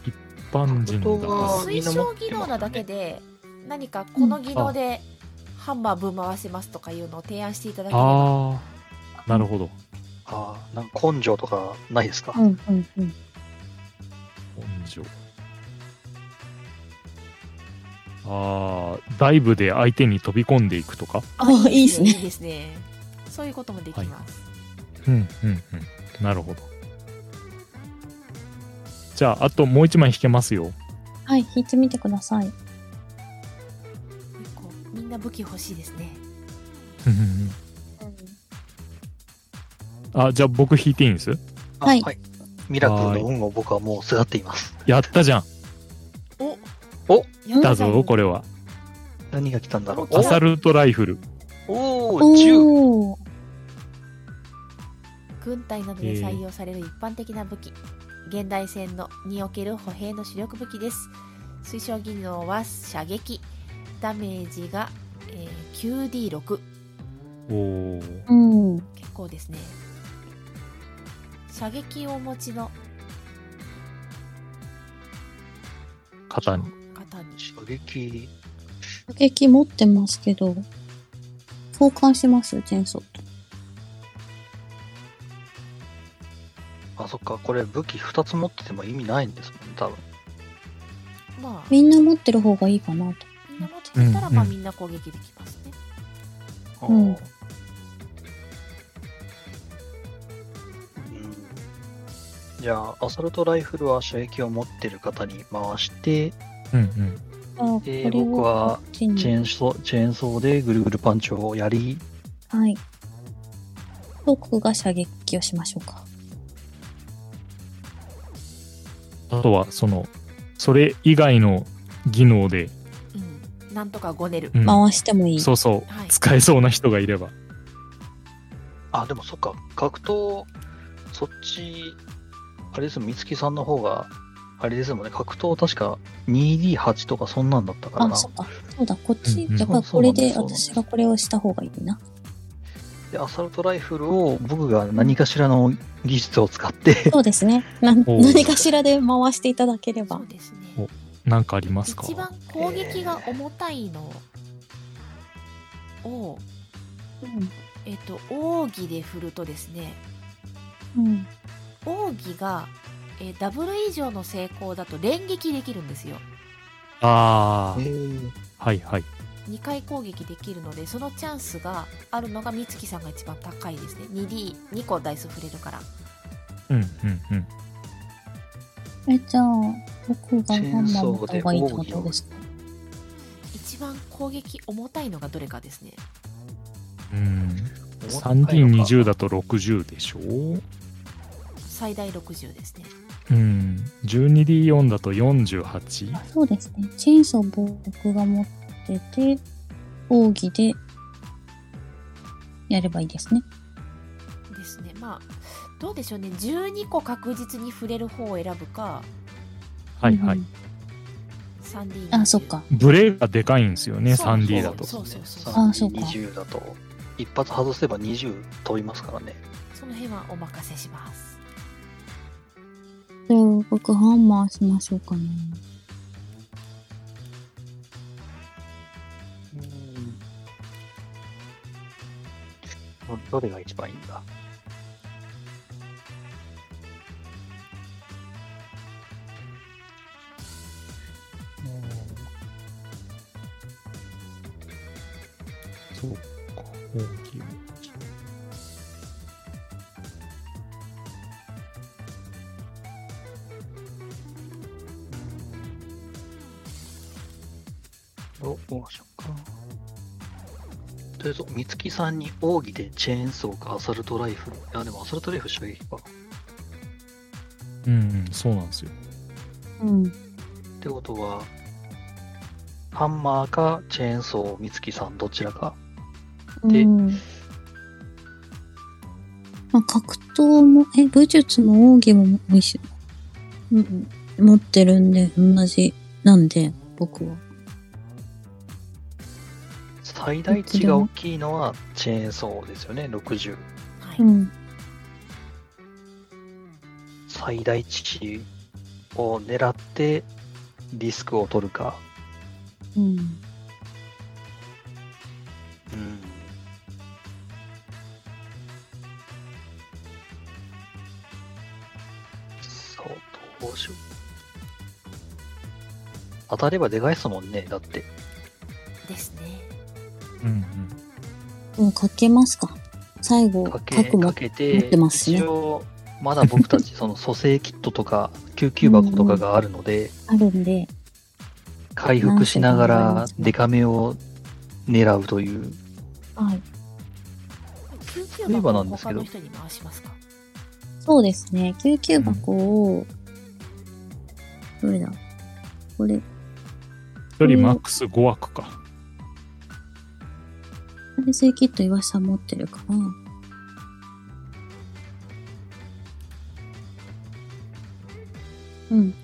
S4: 一般人
S1: 格闘
S4: だ
S1: はあ
S4: か
S2: 推
S1: みんな持
S2: 奨
S1: ってますね
S2: 技能なだけで何かこの技能でハンマーぶん回せますとかいうのを提案していただけ
S4: ら。
S2: れば
S4: ああ、なるほど。
S1: あーなんか根性とかないですか、
S3: うんうんうん。
S4: 根性。ああ、ダイブで相手に飛び込んでいくとか。
S3: あいいです
S2: い
S3: ね。
S2: いですねそういうこともできます、
S4: うんうんうん。なるほど。じゃあ、あともう一枚引けますよ。
S3: はい、弾いてみてください。
S2: 結構みんな武器欲しいですね
S4: うんうんうんあ、じゃあ僕引いていいんです
S1: あ
S3: はい
S1: ミラクルの運を僕はもうすがっています。
S4: やったじゃん。
S2: や
S4: だぞ、こ
S2: れ
S4: れは。
S1: 何が来たんだろう。
S4: アサルトライフル。
S1: おお、10。
S3: おお。
S2: 軍隊などで採用される一般的な武器、現代戦のにおける歩兵の主力武器です推奨技能は射撃ダメージが、えー 9D6
S4: おおー。
S3: うん。う
S2: 結構ですね射撃をお持ちの
S4: 肩に。
S2: 方に
S1: 射撃。
S3: 撃持ってますけど、交換します、チェーンソーと。
S1: あ、そっか、これ武器2つ持ってても意味ないんですもんね、多分。
S2: まあみ
S3: みんな持ってる方がいいかなと。
S2: んな持っていたら
S4: うん
S2: まあ
S4: うん
S2: みんな攻撃できますね
S1: あー
S3: うん
S1: うんじゃあ、アサルトライフルは射撃を持ってる方に回して、
S4: うんうん。
S3: あ、こ
S1: えー
S3: れを
S1: 僕は
S3: こっちに
S1: チェーンソーチェーンソーでぐるぐるパンチをやり、
S3: はい。僕が射撃をしましょうか。
S4: あとは、その、それ以外の技能で、
S2: うんなんとかごねる、
S4: うん
S3: 回してもいい。
S4: そうそう、
S2: はい
S4: 使えそうな人がいれば。
S1: あ、でもそっか、格闘、そっち、あれですよ、美月さんの方が、あれですもんね、格闘確か 2D8 とかそんなんだったから
S3: あ、
S1: な。
S3: そっか。そうだ、こっち、
S4: うんうん
S3: だからこれで
S1: そうなんです
S3: 私がこれをした方がいいな。
S1: で、アサルトライフルを僕が何かしらの技術を使って、
S3: そうですね。な
S4: おう
S3: 何かしらで回していただければ
S2: そう。ですね
S4: おなんかありますか
S2: 一番攻撃が重たいのを、えっと奥義で振るとですね
S3: うん。うん。
S2: 奥義が、えーダブル以上の成功だと連撃できるんですよ
S4: あ
S1: えー
S4: あ、はいはい。
S2: 2回攻撃できるのでそのチャンスがあるのが美月さんが一番高いですね 2D2 個ダイス振れるから
S4: うんうんうん。
S3: え、じゃあ、僕がハンマー持った方がいいってことですか
S2: 一番攻撃重たいのがどれかですね
S4: うん、
S1: 重たいのか
S4: 3D20 だと60でしょう
S2: 最大60ですね
S4: ん 12D4 だと48
S3: あそうですね。チェーンソー僕が持ってて、奥義でやればいいですね。
S2: ですねまあどうでしょうね12個確実に振れる方を選ぶか
S4: はいはい、
S3: うん
S2: 3D
S3: あ、そっか。
S4: ブレがでかいんですよね
S2: そう
S4: 3D だと
S2: そうそうそう
S3: あそうか
S1: 3D20 だと、一発外せば20飛びますからね。
S2: その辺はお任せします
S3: じゃあ、僕ハンマーしましょうかね。
S1: どどれが一番いいんだ
S4: そうか、大きい。
S1: どうしようか。とりあえず、美月さんに奥義でチェーンソーかアサルトライフル。いや、でもアサルトライフル射撃か。っ
S4: うん、うんそうなんですよ。
S3: うん。
S1: てことは、ハンマーかチェーンソー、美月さんどちらか。で
S3: うんまあ、格闘も、え、武術も奥義も一緒、うん、持ってるんで、同じなんで、僕は。
S1: 最大値が大きいのはチェーンソーですよね、60。
S2: は
S3: う
S2: い。
S3: ん。
S1: 最大値を狙ってリスクを取るか。
S3: うん。
S1: うん。そう、どうしよう。当たればでかいっすもんね、だって。
S2: ですね。
S4: うんうん。
S3: もうかけますか。最後、
S1: かけ
S3: 核も
S1: か。け、
S3: 持っててますしね
S1: 一応、まだ僕たち、その蘇生キットとか、救急箱とかがあるので、
S3: あるんで、
S1: 回復しなが
S3: なんとから頑張りますね
S1: デカめを狙うという。
S3: はい。
S2: 救急
S1: 例えば
S2: 箱
S1: な
S2: を
S1: んですけ
S2: 他
S1: ど
S2: の人に回しますか。
S3: そうですね。救急箱を、どれだこれ、
S4: 一人マックス5枠か。
S3: 排水キット岩下さん持ってるから、うん。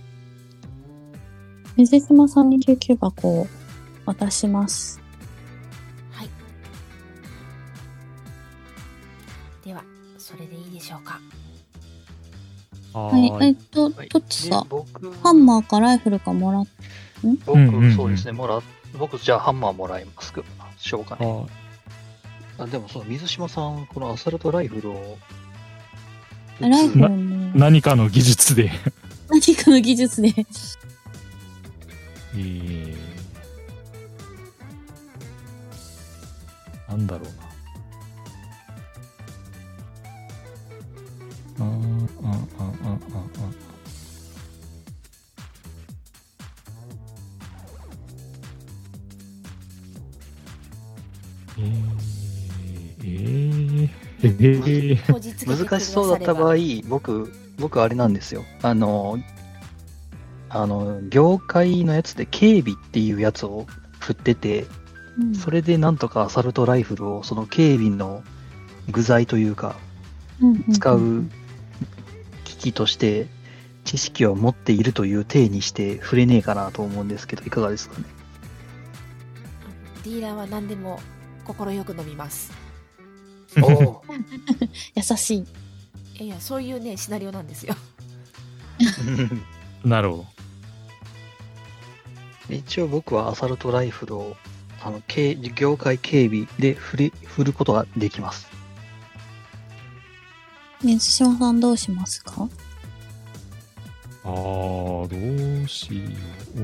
S3: 水島さんに救急箱を渡します。
S2: はい。では、それでいいでしょうか。
S4: は
S3: はい。
S4: ー
S3: え
S4: い
S3: っ。と、
S1: はい
S3: トッチさ
S1: で
S3: ん、
S1: 僕
S3: ハンマーかライフルかもらっ
S1: 僕、
S4: うんうんうん
S1: そうですね、もら、僕、じゃあハンマーもらいますか。しようかね。
S4: は
S1: あでもそう、水島さん、このアサルトライフルを。
S3: たライフル
S1: 撃
S4: い
S3: も、
S4: 何かの技術で。
S3: 何かの技術で。
S4: えーなんだろうな。あーあああああえーえーえー
S2: こ実現
S1: つ難しそうだった場合、僕、僕、あれなんですよ。あの、あの、業界のやつで警備っていうやつを振ってて、
S3: うん
S1: それでなんとかアサルトライフルを、その警備の具材というか、使う。機器として、知識を持っているという体にして触れねえかなと思うんですけど、いかがですかね。
S2: ディーラーは何でも快く飲みます。
S1: お
S3: 優しい。
S2: いやいや、そういうね、シナリオなんですよ。
S4: なるほど。
S1: 一応僕はアサルトライフルをあの警業界警備で振り振ることができます。
S3: 水島さんどうしますか
S4: あー、どうしよう。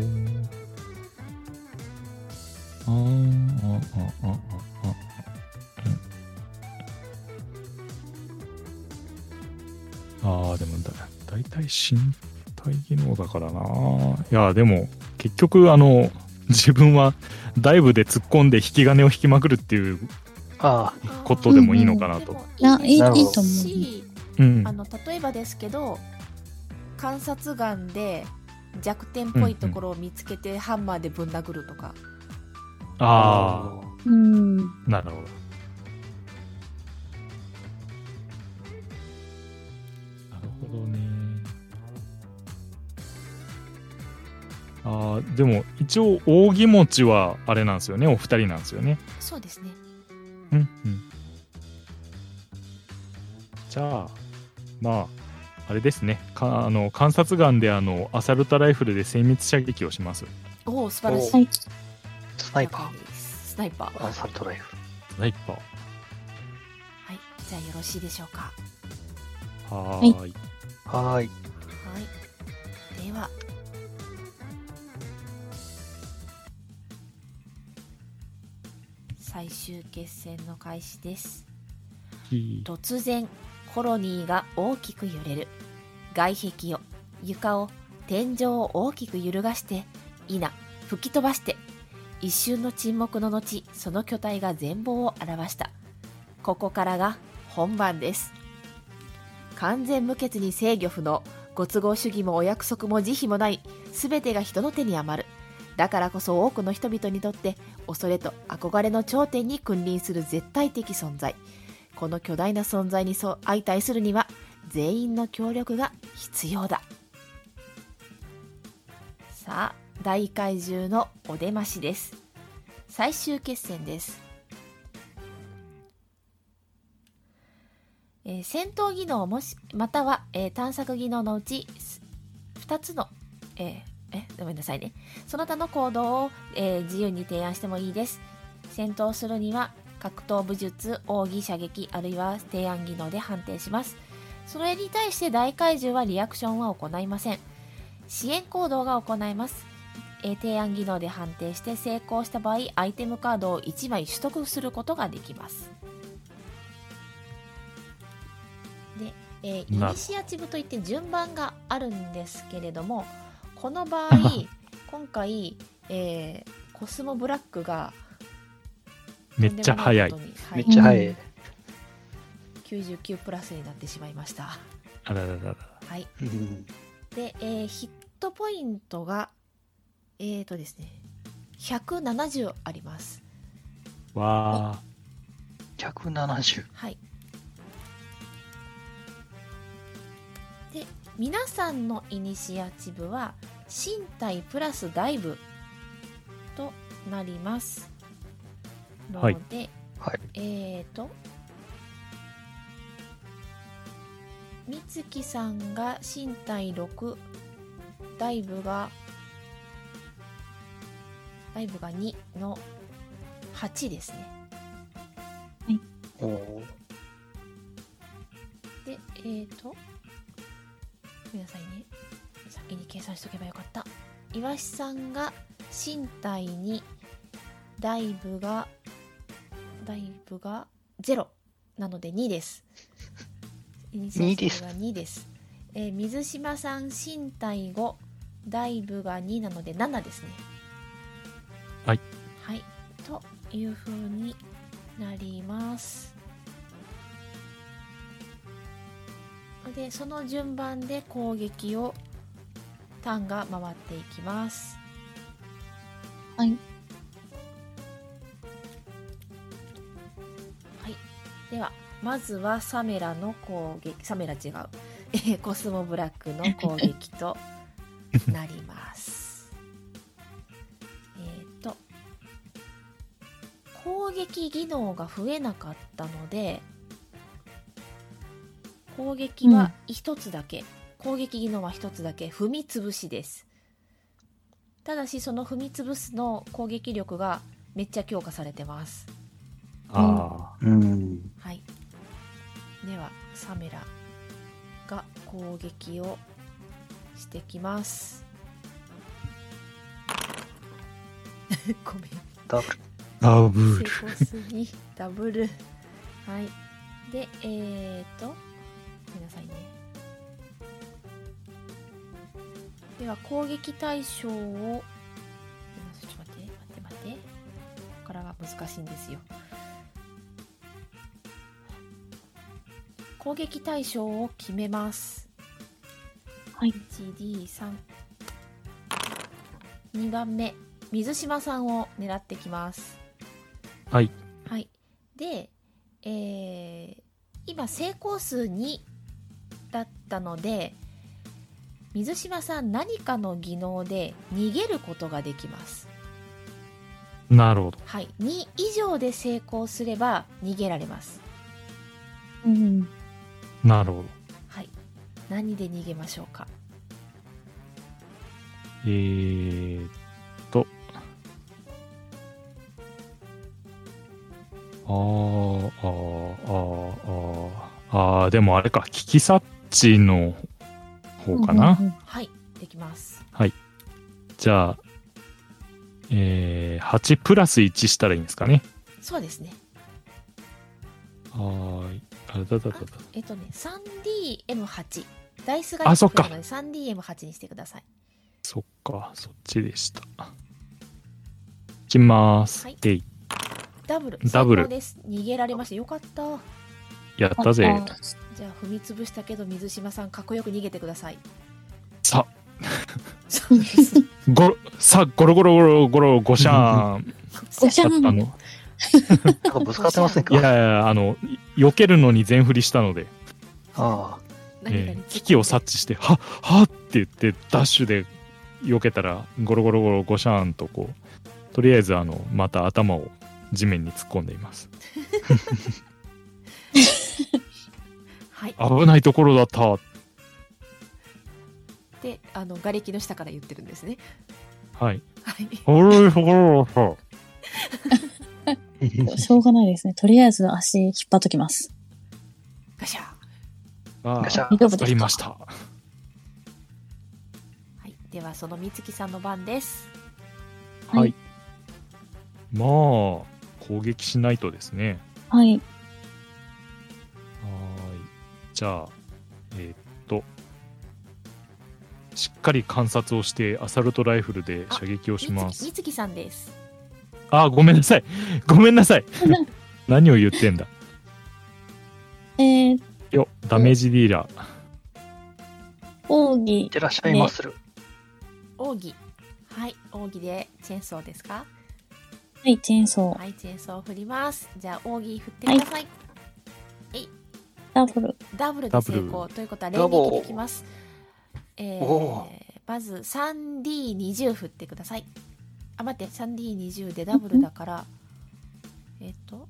S4: あー、あ、あ、あ、あ、あ。あー、でもだ、だいたい身体技能だからな。いや、でも、結局、あの、自分はダイブで突っ込んで引き金を引きまくるっていう
S1: あ
S4: ことでもいいのかなと。
S3: あいい
S1: なるほど
S3: いいと思う
S2: し
S4: うん
S2: あ。の例えばですけど観察眼で弱点っぽいところを見つけてハンマーでぶん殴るとか、
S4: あ
S3: うん。
S4: ー、なるほど。なるほどね。あーでも一応扇餅はあれなんですよねお二人なんですよね。
S2: そうですね
S4: うんうん。じゃあまああれですねかあの観察眼であのアサルトライフルで精密射撃をします。
S2: おお素晴らしい
S3: はい。
S1: スナイパ
S2: ースナイパー
S1: ー、アサルトライフル。
S4: ナイパー。
S2: はいじゃあよろしいでしょうか
S4: はーい。
S1: はーい。
S2: はいでは最終決戦の開始です
S4: ひ
S2: 突然コロニーが大きく揺れる外壁を床を天井を大きく揺るがして稲吹き飛ばして一瞬の沈黙の後その巨体が全貌を表したここからが本番です完全無欠に制御不能ご都合主義もお約束も慈悲もない全てが人の手に余るだからこそ多くの人々にとって恐れと憧れの頂点に君臨する絶対的存在この巨大な存在にそう相対するには全員の協力が必要ださあ大怪獣のお出ましです最終決戦です、えー戦闘技能もしまたは、えー探索技能のうちす2つの、えーえごめんなさいねその他の行動を、えー自由に提案してもいいです戦闘するには格闘武術奥義射撃あるいは提案技能で判定しますそれに対して大怪獣はリアクションは行いません支援行動が行います、えー提案技能で判定して成功した場合アイテムカードを1枚取得することができますで、えーイ
S4: なる
S2: ニシアチブといって順番があるんですけれどもこの場合今回、えーコスモブラックが
S4: めっちゃ早い
S2: とん。でもなこと
S1: め
S2: に
S1: っちゃ早い。
S3: うん
S2: 99プラスになってしまいました。
S4: あらららら。
S2: はい。
S1: うん
S2: で、えーヒットポイントが、えーとですね、170あります。
S4: わあ。
S1: 170。
S2: はい。で、皆さんのイニシアチブは、身体プラスダイブとなります。ので、
S4: はい
S1: はい。
S2: えーと、みつきさんが身体6、ダイブが、ダイブが2の8ですね。
S1: おお。
S2: で、えーと、ごめんなさいね。先に計算しとけばよかった。いわしさんが身体に、ダイブが、ダイブが0なので2です。
S1: 2です
S2: 2です。えー水島さん身体5、ダイブが2なので7ですね。
S4: はい。
S2: はい。というふうになります。でその順番で攻撃をターンが回っていきます
S3: はい
S2: はいではまずはサメラの攻撃サメラ違う えーコスモブラックの攻撃となりますえっと攻撃技能が増えなかったので攻撃は1つだけ、攻撃技能は1つだけ踏み潰しですただしその踏み潰すの攻撃力がめっちゃ強化されてます
S4: あ
S1: うん。
S2: はいではサメラが攻撃をしてきます ごめん
S1: ダブル。
S4: あ。ダブ
S2: 成
S4: ル。
S2: 功すぎダブルはいでえー、とごめんなさいねでは攻撃対象をごめんなさいちょっと待って待って待ってここからが難しいんですよ攻撃対象を決めます
S3: はい。
S2: 1D32 番目水島さんを狙ってきます
S4: はい
S2: はいでえー今成功数2だったので水島さん何かの技能で逃げることができます
S4: なるほど。
S2: はい2以上で成功すれば逃げられます
S3: うん。
S4: なるほど。
S2: はい何で逃げましょうか
S4: えーっと。ああーあーあーあーあーでもあれか危機察知の方かな、
S3: うんうんうん
S2: はいできます
S4: じゃあえー、8プラス1したらいいんですかね
S2: そうですね
S4: はーいあだだだだ
S2: えっとね 3DM8 ダイスが
S4: あそっか
S2: 一個なので 3DM8 にしてください
S4: そっかそっちでしたいきます、
S2: はい
S4: で
S2: ダブル
S4: ダブル
S2: 成功です逃げられましたよかった
S4: やったぜ
S3: あ
S2: じゃあ踏み潰したけど水島さんかっこよく逃げてください
S4: さ
S2: そうです
S4: ごさゴロゴロゴロゴロゴシャーン
S3: おしゃ
S4: だった
S3: ん。
S4: の
S1: なんかぶつかってません
S4: い
S1: か
S4: やいやあの避けるのに全振りしたので
S1: ああ。
S2: 何かに突っ込んで
S4: 危機を察知して「はっはっ」って言ってダッシュで避けたらゴロゴロゴロゴシャーンとこうとりあえずあのまた頭を地面に突っ込んでいます
S2: はい
S4: 危ないところだった
S2: であの瓦礫の下から言ってるんですね
S4: はい
S2: はい
S4: ゴロゴロゴロ
S3: しょうがないですね。とりあえず足引っ張っときます。
S2: ガシャー
S4: あ
S1: ガシャ
S4: あ
S3: 大丈夫
S4: 助
S3: で
S4: か
S3: す
S4: り
S3: か
S4: ました
S2: はい、ではその美月さんの番です。
S3: はい
S4: はいまあ攻撃しないとですね
S3: はい。
S4: はーい。じゃあ、えーっと、しっかり観察をして、アサルトライフルで射撃をしま
S2: 美
S4: す。
S2: 月さんです。
S4: あー、ごめんなさい。 ごめんなさい。 何を言ってんだ。
S3: えー、
S4: よ、ダメージディーラー。
S3: 奥義
S1: いっ、てらっしゃいまする。
S2: 奥義。はい、奥義でチェーンソーですか。
S3: はい、チェーンソー、
S2: はい、チェーンソーを振ります。じゃあ奥義振ってください。
S3: ダブル。
S2: ダブルで
S4: ダブ
S2: 成
S4: ル
S2: 功ということは連
S1: ダボー
S2: 撃できます。え
S1: お
S2: ー、まず 3D20 振ってください。あ、待って、3D20 でダブルだから、えっと、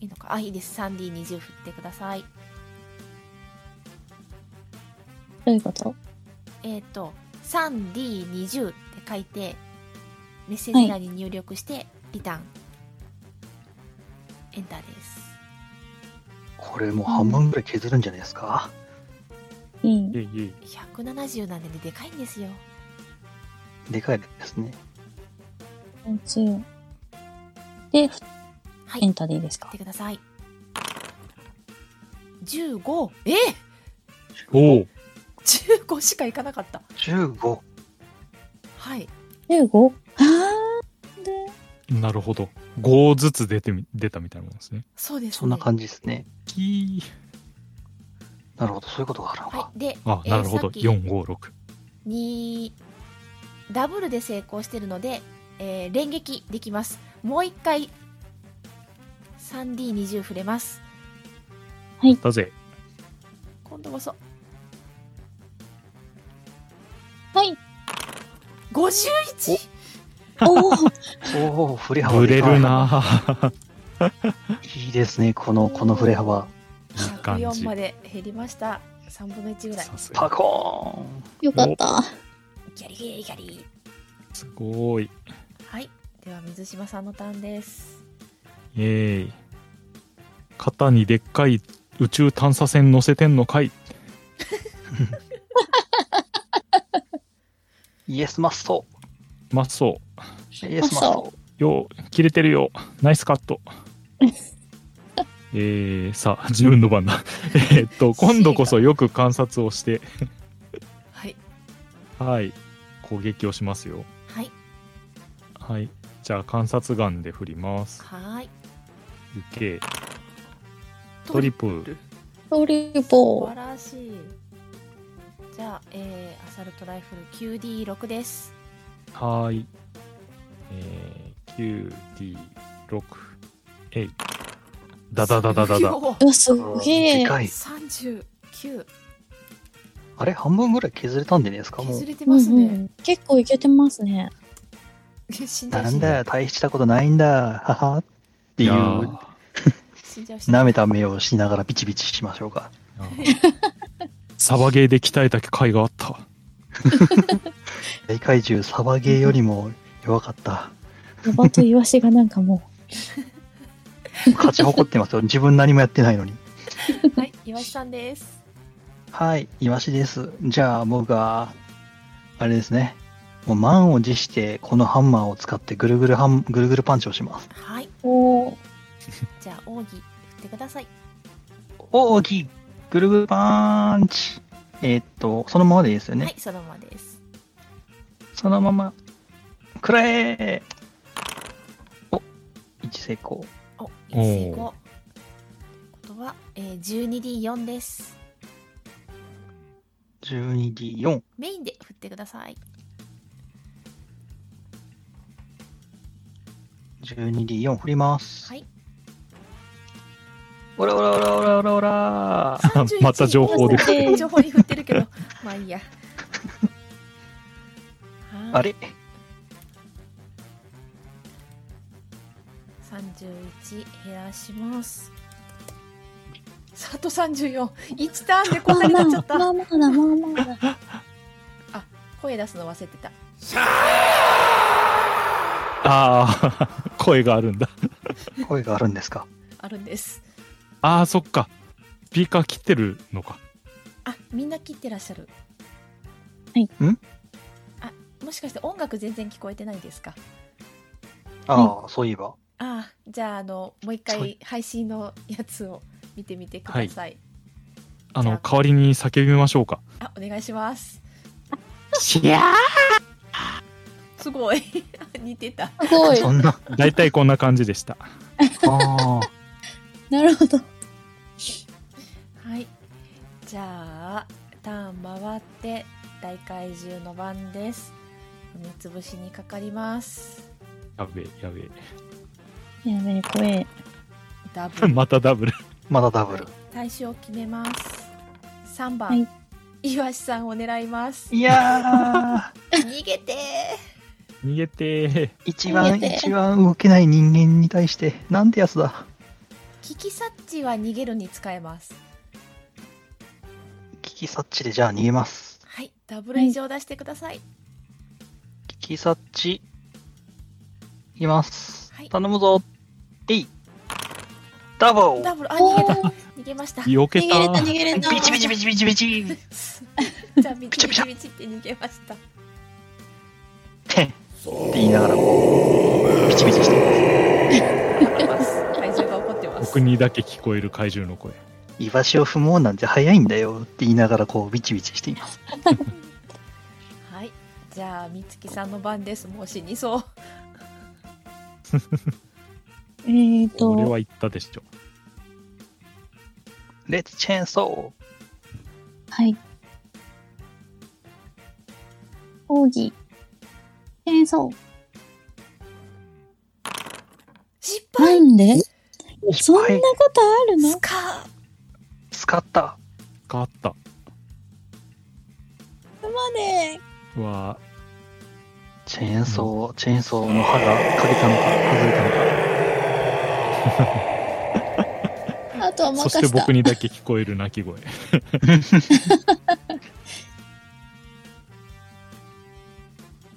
S2: いいのか。あ、いいです。3D20 振ってください。
S3: どういうこと
S2: えっ、と 3D20 って書いてメッセージ欄に入力してリターン、エンターです
S1: これもう半分ぐらい削るんじゃないですか。
S3: いい
S4: い。えいえ。
S2: 170なんでねでかいんですよ
S1: でかいですね。
S3: 40で、
S2: はい
S3: エ
S2: 振
S3: ンターでいいですか
S2: ってください15え
S4: おお、
S2: 15しかいかなかった
S1: 15。
S2: はい
S3: ?15? あーで、
S4: なるほど。5ずつ出てみ出たみたいなもんですね。
S2: そうですね
S1: そんな感じですね。
S4: き
S1: なるほど、そういうことがあるのか
S2: は。いで
S4: あ、なるほど。
S2: えーさっき
S4: 4、5、6。
S2: にダブルで成功してるので、えー連撃できますもう一回 3D20 振れます
S4: だぜ。
S2: 今度こそ
S3: はい。
S2: 51
S3: お ー
S1: おお、振れ幅
S4: ぶれ
S1: でかい
S4: る。なぁ。
S1: いいですね、この、この振れ幅。
S4: 感じ
S2: 104まで減りました3分の1ぐらい
S4: さすが
S1: パコ
S3: よかった。
S2: ギャリギャリギャリ
S4: すごい。
S2: はいでは水島さんのターンです
S4: イエーイ。肩にでっかい宇宙探査船乗せてんのかい。
S1: ーン。イエスマスト。
S4: まっそう。
S1: イエスマスト。
S4: よう、切れてるよ。ナイスカット。えー、さあ、自分の番だ。 えーっと、今度こそよく観察をして、
S2: はい
S4: はい、攻撃をしますよ。
S2: はい
S4: はい。じゃあ、観察眼で振ります。
S2: はーい
S4: 受け、トリプル。
S3: トリ
S2: 素
S3: ポ
S2: 晴らしいじゃあ、えーアサルトライフル 9D6 です
S4: はい。えー、9、D6、えい。だだだだだだ。
S3: うわ、すげえ。
S1: 短い。
S2: 39
S1: あれ、半分ぐらい削れたんじゃないですか、もう
S2: 削。れてますね、
S3: うんうん結構いけてますね。
S2: 死んじゃう
S1: な
S2: 死
S1: ん
S2: んじゃう
S1: だよ、大したことないんだ。はは。って
S4: い
S1: い
S4: や
S1: う
S4: ー、
S2: 死んじゃう死んじゃ
S1: 舐
S2: う
S1: めた目をしながらビチビチしましょうか。
S4: あー サバゲーで鍛えた甲斐があった。
S1: 大怪獣、サバゲーよりも弱かった。
S3: ロバとイワシがなんかも
S1: 勝ち誇ってますよ。自分何もやってないのに。
S2: はい、岩井さんです。
S1: はい、イワシです。じゃあ僕は、あれですね。もう満を持して、このハンマーを使ってぐるぐるハン、ぐるぐるパンチをします。
S2: はい、
S3: おー
S2: じゃあ奥義振ってください。
S1: 大きいぐるぐるパンチえーっと、そのままでいいですよね。
S2: はい、そのままです。
S1: そのまま、くれーお、一成功。
S2: お、一
S4: おー
S2: 成功。ことは、えー、12D4 です。
S1: 12D4。
S2: メインで振ってください。
S1: 12D4 振ります。
S2: はい。
S1: オラオラオラオラオラオラー
S2: 31
S4: また情報です
S2: 情報に振ってるけど、まあいいや。はい
S1: あれ
S2: ?31 減らします。さああと34。1ターンでこんなになっちゃっ
S3: ま
S2: た。
S3: あまあだ、まあまあだ。
S2: 声出すの忘れてた。
S4: ああ、 声があるんだ。
S1: 声があるんですか
S2: あるんです。
S4: ああ、そっか。スピーカー切ってるのか。
S2: あ、みんな切ってらっしゃる。
S3: はい
S1: ん
S2: あ、もしかして音楽全然聞こえてないですか
S1: ああ、そういえば。
S2: ああじゃああのもう一
S4: は
S2: 回
S4: い
S2: 配信のやつを見てみてください、
S4: あの、代わりに叫びましょうか。
S2: あお願いします
S4: しや
S2: すごい 似てた
S3: すごい。
S1: そんな。
S4: ー大体こんな感じでした。
S1: ああ。
S3: なるほど。
S2: はいじゃあターン回って大怪獣の番です踏みつぶしにかかります
S4: やべえ、やべ
S3: やべえ、怖え。
S2: ダブ
S4: え。
S2: ル
S4: またダブル。
S1: まだダブル。
S2: 対象を決めます3番、
S3: はい
S2: イワシさんを狙います
S1: い や
S2: 逃げて
S4: 逃げてー。
S1: ー、一番、
S3: 逃げて
S1: 一番動けない人間に対して、なんてやつだ。
S2: ー聞き察知は逃げるに使えます
S1: 聞き察知でじゃあ逃げます。
S2: はいダブル以上出してください
S1: 聞き察知、いきます。
S2: はい
S1: 頼むぞ。えい。ダボー
S2: ダブルあ
S3: お
S2: 逃げた
S3: ー
S2: 逃げました
S4: 避け
S3: 逃げれた、
S4: た。
S3: 逃げれた。
S1: ビチビチビチビチビチ
S2: じゃあビチ
S1: チャビ
S2: ビチ
S1: チャ
S2: ビチって逃げました
S1: てんって言いながらこう、ビチビチしてます。
S2: 怪獣が怒ってます
S4: 僕にだけ聞こえる怪獣の声。
S1: イワシを踏もうなんて早いんだよって言いながらこう、ビチビチしています。
S2: はいじゃあみつきさんの番ですもう死にそう
S3: えっと、
S4: 俺は言ったでしょ。
S1: レッツチェーンソー
S3: はい。奥義。チェーンソー。
S2: 失
S3: な
S2: 敗
S3: んでそんな
S1: 失敗
S3: ことあるの
S2: スカー
S1: 使った
S4: 変わった。
S3: まで
S4: うわ
S1: チェーンソー、チェーンソーの刃が欠けたのか、外れたのか。
S3: あとは
S4: ーそ
S3: 任
S4: して
S3: せた
S4: 僕。にだけ聞こえる 泣き声。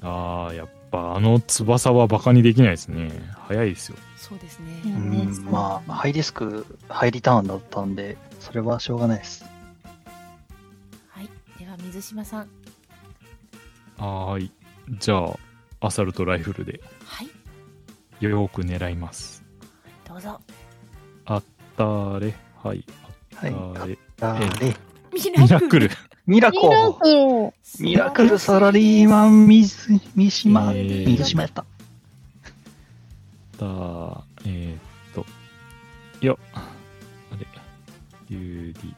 S4: ああ、やっぱあの翼はバカにできないですね。早いですよ。
S2: そうです
S3: う
S2: ね
S1: うん
S3: ね
S1: ん、まあ、ハイリスク、ハイリターンだったんで、それはしょうがないです。
S2: はいでは水島さん
S4: はーい。じゃあ、アサルトライフルで
S2: はい
S4: よーく狙います。
S2: どうぞ
S4: だれ、はい。
S1: はい。
S4: だれ、
S1: あれ、
S2: ミ
S4: ミラクル。
S1: ミラ
S3: ミラ
S1: コ
S3: クル。
S1: ミラクルサラリーマン、ミス、ミシマ、
S4: えー
S1: ミシマやった。
S4: だ、えー、っと、よ、あれ、U、D、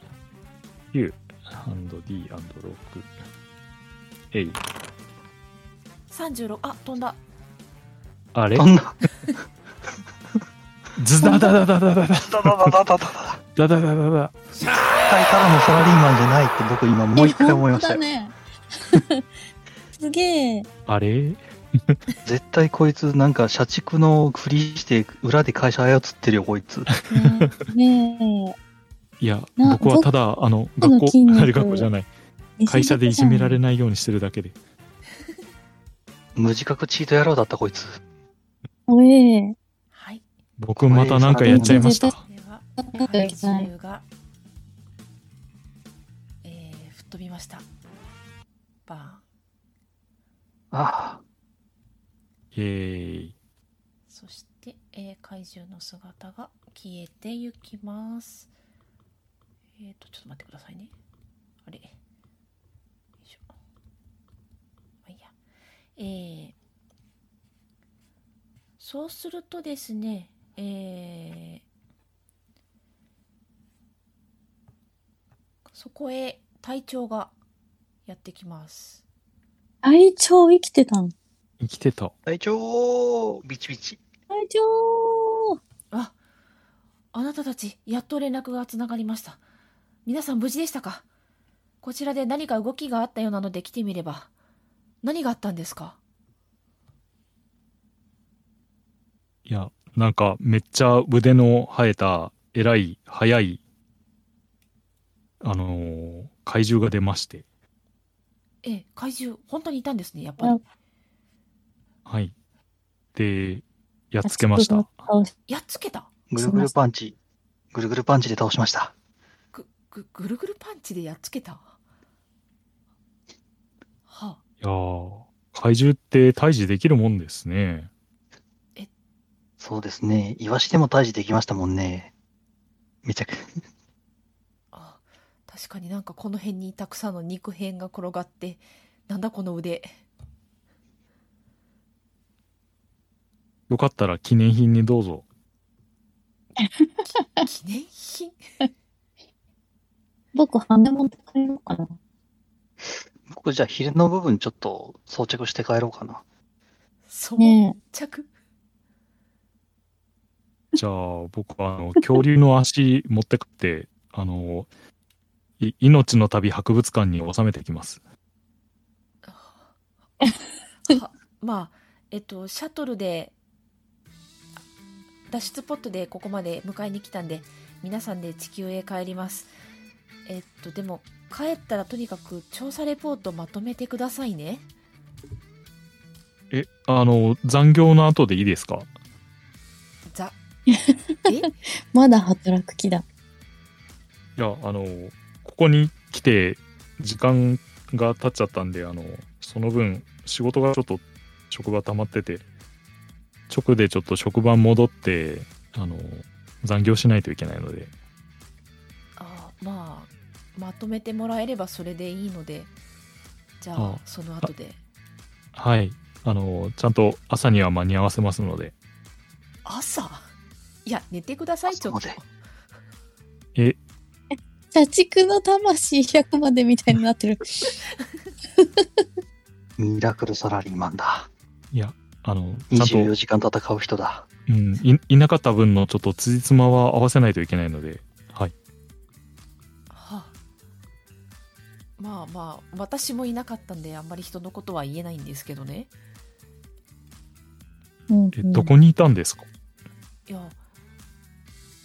S4: U、アンド D、アンド6、えい、
S2: 36あ飛んだ
S4: あれ
S1: どんな、
S4: ズダダダダダ
S1: ダ
S4: ダダ
S1: ダダダダダダ。
S4: ダダダダダ
S1: タイからのサラリーマンじゃないって僕今もう一回思いました
S3: え
S1: よ。
S3: 本当だね。すげえ。
S4: あれ
S1: 絶対こいつなんか社畜のふりして裏で会社操ってるよこいつ。
S3: ねね
S4: いや、
S3: な
S4: 僕はただ、あの、
S3: 僕の
S4: 学
S3: 筋
S4: 校、
S3: 肉
S4: あれ学校じゃない。
S3: え。
S4: 会社でいじめられ
S3: る。
S4: ないようにしてるだけで。
S1: 無自覚チート野郎だったこいつ。
S3: おえ。
S2: はい
S4: 僕またなんかやっちゃいました。
S2: では
S3: なんか
S2: 配
S3: いけない
S2: 中が、えー、吹っ飛びましたバーン
S1: ああ、
S4: イェーイ。
S2: そして、えー怪獣の姿が消えてゆきます。えっ、と、ちょっと待ってくださいね。あれ。よいしょ。まあ、いいや。えーそうするとですね、えーそこへ隊長がやってきます。
S3: 隊長生きてたん
S4: 生きてた。
S1: 隊長ビチビチ。
S3: 隊長
S2: ああなたたちやっと連絡がつながりました皆さん無事でしたかこちらで何か動きがあったようなので来てみれば何があったんですか
S4: いや、なんかめっちゃ腕の生えた、偉い、速い、あのー怪獣が出まして。
S2: ええ怪獣本当にいたんですねやっぱり
S3: あ
S4: はい。で、やっつけました。
S3: 倒し
S2: やっつけた
S1: ぐるぐるパンチ。ぐるぐるパンチで倒しました。
S2: ぐぐぐるぐるパンチでやっつけたはあ
S4: いやー怪獣って退治できるもんですね。
S1: そうですね。イワシでも退治できましたもんね。め ちゃく、
S2: あ確かになんかこの辺にたくさんの肉片が転がってなんだこの腕
S4: よかったら記念品にどうぞ。
S2: 記念品
S3: 僕、羽持って帰ろうかな。
S1: 僕じゃあ昼の部分ちょっと装着して帰ろうかな。
S2: 装
S3: ね
S2: 着
S4: じゃあ僕はあの恐竜の足持って帰って、あのーい命の旅博物館に収めてきます。
S2: はまあえっとシャトルで脱出ポットでここまで迎えに来たんで皆さんで地球へ帰りますえっとでも帰ったらとにかく調査レポートまとめてくださいね
S4: え、あの残業の後でいいですか
S2: ザえ
S3: え、まだ働く気だ。
S4: いや、あの、ここに来て時間が経っちゃったんで、あの、その分仕事がちょっと職場溜まってて、直でちょっと職場戻って、あの、残業しないといけないので、
S2: あまあまとめてもらえればそれでいいのでじゃあ
S4: あ
S2: その後で
S4: はい、あの、ちゃんと朝には間に合わせますので、
S2: 朝いや寝てくださいちょっと
S1: 朝まで
S4: え、
S3: 社畜の魂100までみたいになってる。
S1: ミラクルサラリーマンだ。
S4: いや、あの、ちゃん
S1: 24
S4: と、
S1: 時間戦う人だ。
S4: うん、いいなかった分のちょっと辻褄は合わせないといけないので、はい。
S2: はあまあまあ私もいなかったんであんまり人のことは言えないんですけどね
S3: うんうん
S4: え、どこにいたんですか
S2: いや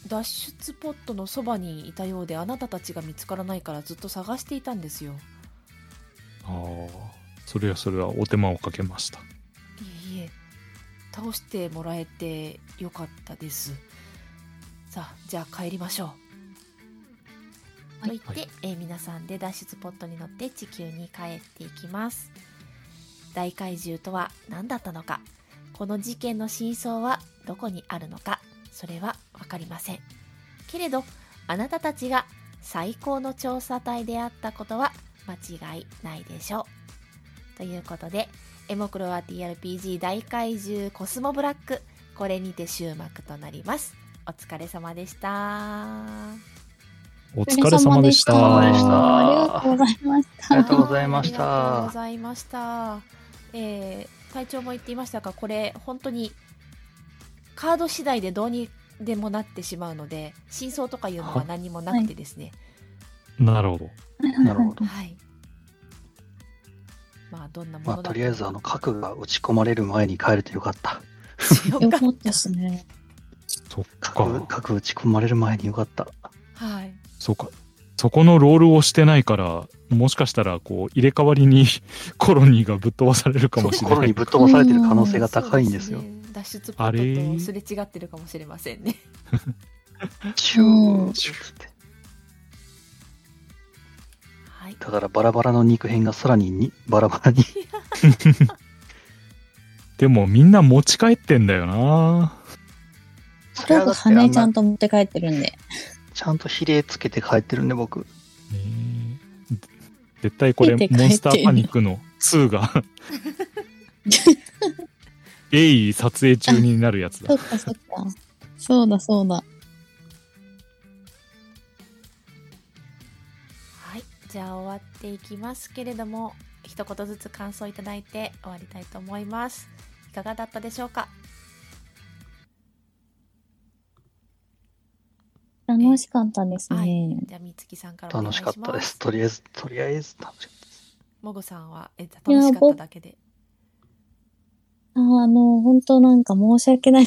S2: 脱出ポットのそばにいたようであなたたちが見つからないからずっと探していたんですよ
S4: ああ、それはそれはお手間をかけました。
S2: いえいえ倒してもらえてよかったですさあじゃあ帰りましょう、
S3: はい
S2: と言って、えー皆さんで脱出ポットに乗って地球に帰っていきます大怪獣とは何だったのかこの事件の真相はどこにあるのかそれは分かりませんけれどあなたたちが最高の調査隊であったことは間違いないでしょうということでエモクロは TRPG 大怪獣コスモブラックこれにて終幕となりますお疲れ様でした
S4: お疲れ様でした。
S3: お疲れ様で
S1: した
S3: ありがとうございまし
S1: あり
S3: た
S1: が。とうございました
S2: はいありがとうございましたえー、隊長も言っていましたがこれ本当にカード次第でどうにでもなってしまうので真相とかいうのは何もなくてですね
S4: なるほど。
S1: なるほど。
S2: はい、まあどんなもの
S1: まあ、
S2: だ
S1: とりあえず、あの、核が打ち込まれる前に帰れてよかった。
S2: 強
S3: よ
S2: か
S3: か
S2: っ
S3: ったたですね。
S4: そっ
S1: 核、
S4: か。
S1: 核打ち込まれる前によかった。
S2: はい
S4: そうか。そこのロールをしてないから、もしかしたら、こう、入れ替わりに コロニーがぶっ飛ばされるかもしれ
S1: 心
S4: な
S1: に
S4: い。
S1: ぶっ飛ばされてる可能性が高いんですよ
S2: そう。ね脱出ポ
S4: あれ
S2: ットとすれ違ってるかもしれませんね。
S1: チューチューって。
S2: はい。
S1: だからバラバラの肉片がさらににバラバラに。
S4: でもみんな持ち帰ってんだよな。
S1: それはだ
S3: 僕、
S1: ってあんな
S3: 羽ちゃんと持って帰ってるんで。
S1: ちゃんと比例つけて帰ってるんで、僕。
S4: ねえ絶対これ、
S3: 出て帰ってんの
S4: モンスターパニックの2が 鋭意撮影中になるやつ
S3: そ
S4: だ
S3: っ。かそっか。そうだそうだ。
S2: はい。じゃあ終わっていきますけれども、一言ずつ感想いただいて終わりたいと思います。いかがだったでしょうか
S3: 楽しかったです
S2: は
S3: ね。
S2: じゃあ、みつきさんからお願
S1: 楽
S2: いし
S1: し
S2: ま
S1: か
S2: す。
S1: ったです。。とりあえず、とりあえず楽しかったです。
S2: もぐさんは、えっと、
S3: いや
S2: 楽しかっただけで。
S3: あの、本当なんか申し訳ない。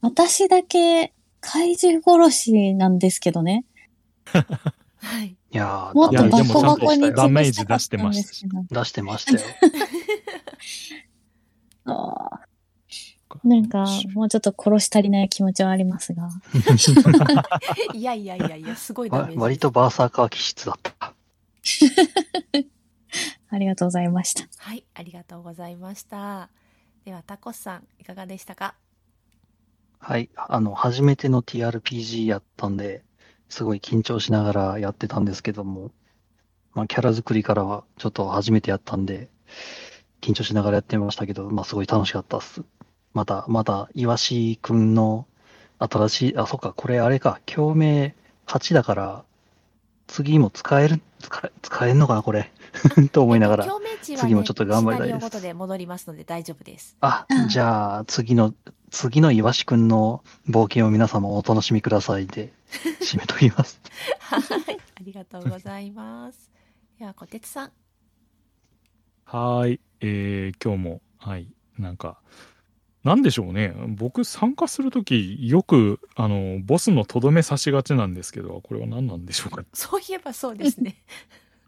S3: 私だけ怪獣殺しなんですけどね。
S2: はい。
S1: いやー
S3: もっ
S4: いや
S3: と
S4: で
S3: バ
S4: もちゃ
S3: コ
S4: ん
S3: バ
S4: と
S3: コに
S4: ダ
S1: ダメ
S4: メー
S3: 潰
S4: ジ
S3: したかったんですけど。
S1: 出してましたよ。
S3: あーなんか、もうちょっと殺し足りない気持ちはありますが。
S2: いやいやいやいや、すごいダメー
S1: わ
S2: ジ。
S1: 割とバーサーカー気質だった。
S3: ありがとうございました。
S2: はい、ありがとうございました。では、タコスさん、いかがでしたか
S1: はい。あの、初めての TRPG やったんで、すごい緊張しながらやってたんですけども、まあ、キャラ作りからはちょっと初めてやったんで、緊張しながらやってましたけど、まあ、すごい楽しかったっす。また、また、イワシくんの新しい、あ、そっか、これあれか、共鳴8だから、次も使える、使え、使えんのかな、これ。 と思いながら。
S2: 共鳴値は、ね、
S1: 次もちょっと頑張りたいです
S2: シナリオごとで戻りますので大丈夫です。
S1: あ
S3: う、ん
S1: じゃあ、次の、次のイワシくんの冒険を皆様お楽しみくださいで、締めときます。
S2: はい、ありがとうございます。では、こてつさん。
S4: はーい、えー今日も、はい、なんか、なんでしょうね、僕、参加するとき、よく、あの、ボスのとどめ刺しがちなんですけど、これは何なんでしょうか。
S2: そういえばそうですね。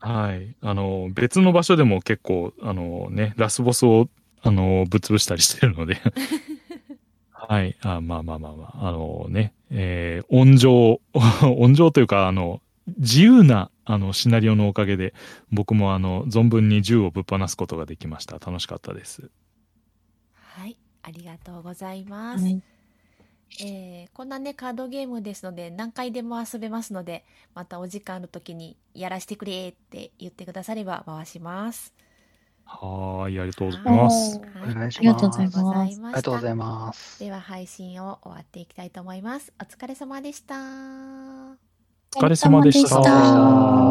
S4: はい、あの、別の場所でも結構、あのね、ラスボスを、あの、ぶっ潰したりしてるので、はい、あまあまあまあまあ、あのね、えー温情、 温情というか、あの、自由な、あの、シナリオのおかげで、僕も、あの、存分に銃をぶっ放すことができました。楽しかったです。
S2: はい、ありがとうござい
S3: は
S2: ます。
S3: い。
S2: えーこんなね、カードゲームですので、何回でも遊べますので、またお時間の時に、やらしてくれって言ってくだされば回します。
S4: はーい、ありがとうございます。
S2: はい
S1: お願いします
S2: ありがとう
S1: ありが
S2: ご
S3: とうご
S2: ざ
S3: ざいま
S2: い
S3: す
S1: あ
S2: ま
S1: りがとうござい
S2: した。
S1: ます。
S2: では配信を終わっていきたいと思います。お疲れ様でした。
S4: お疲れ様でし
S3: お疲れ様でした
S4: た。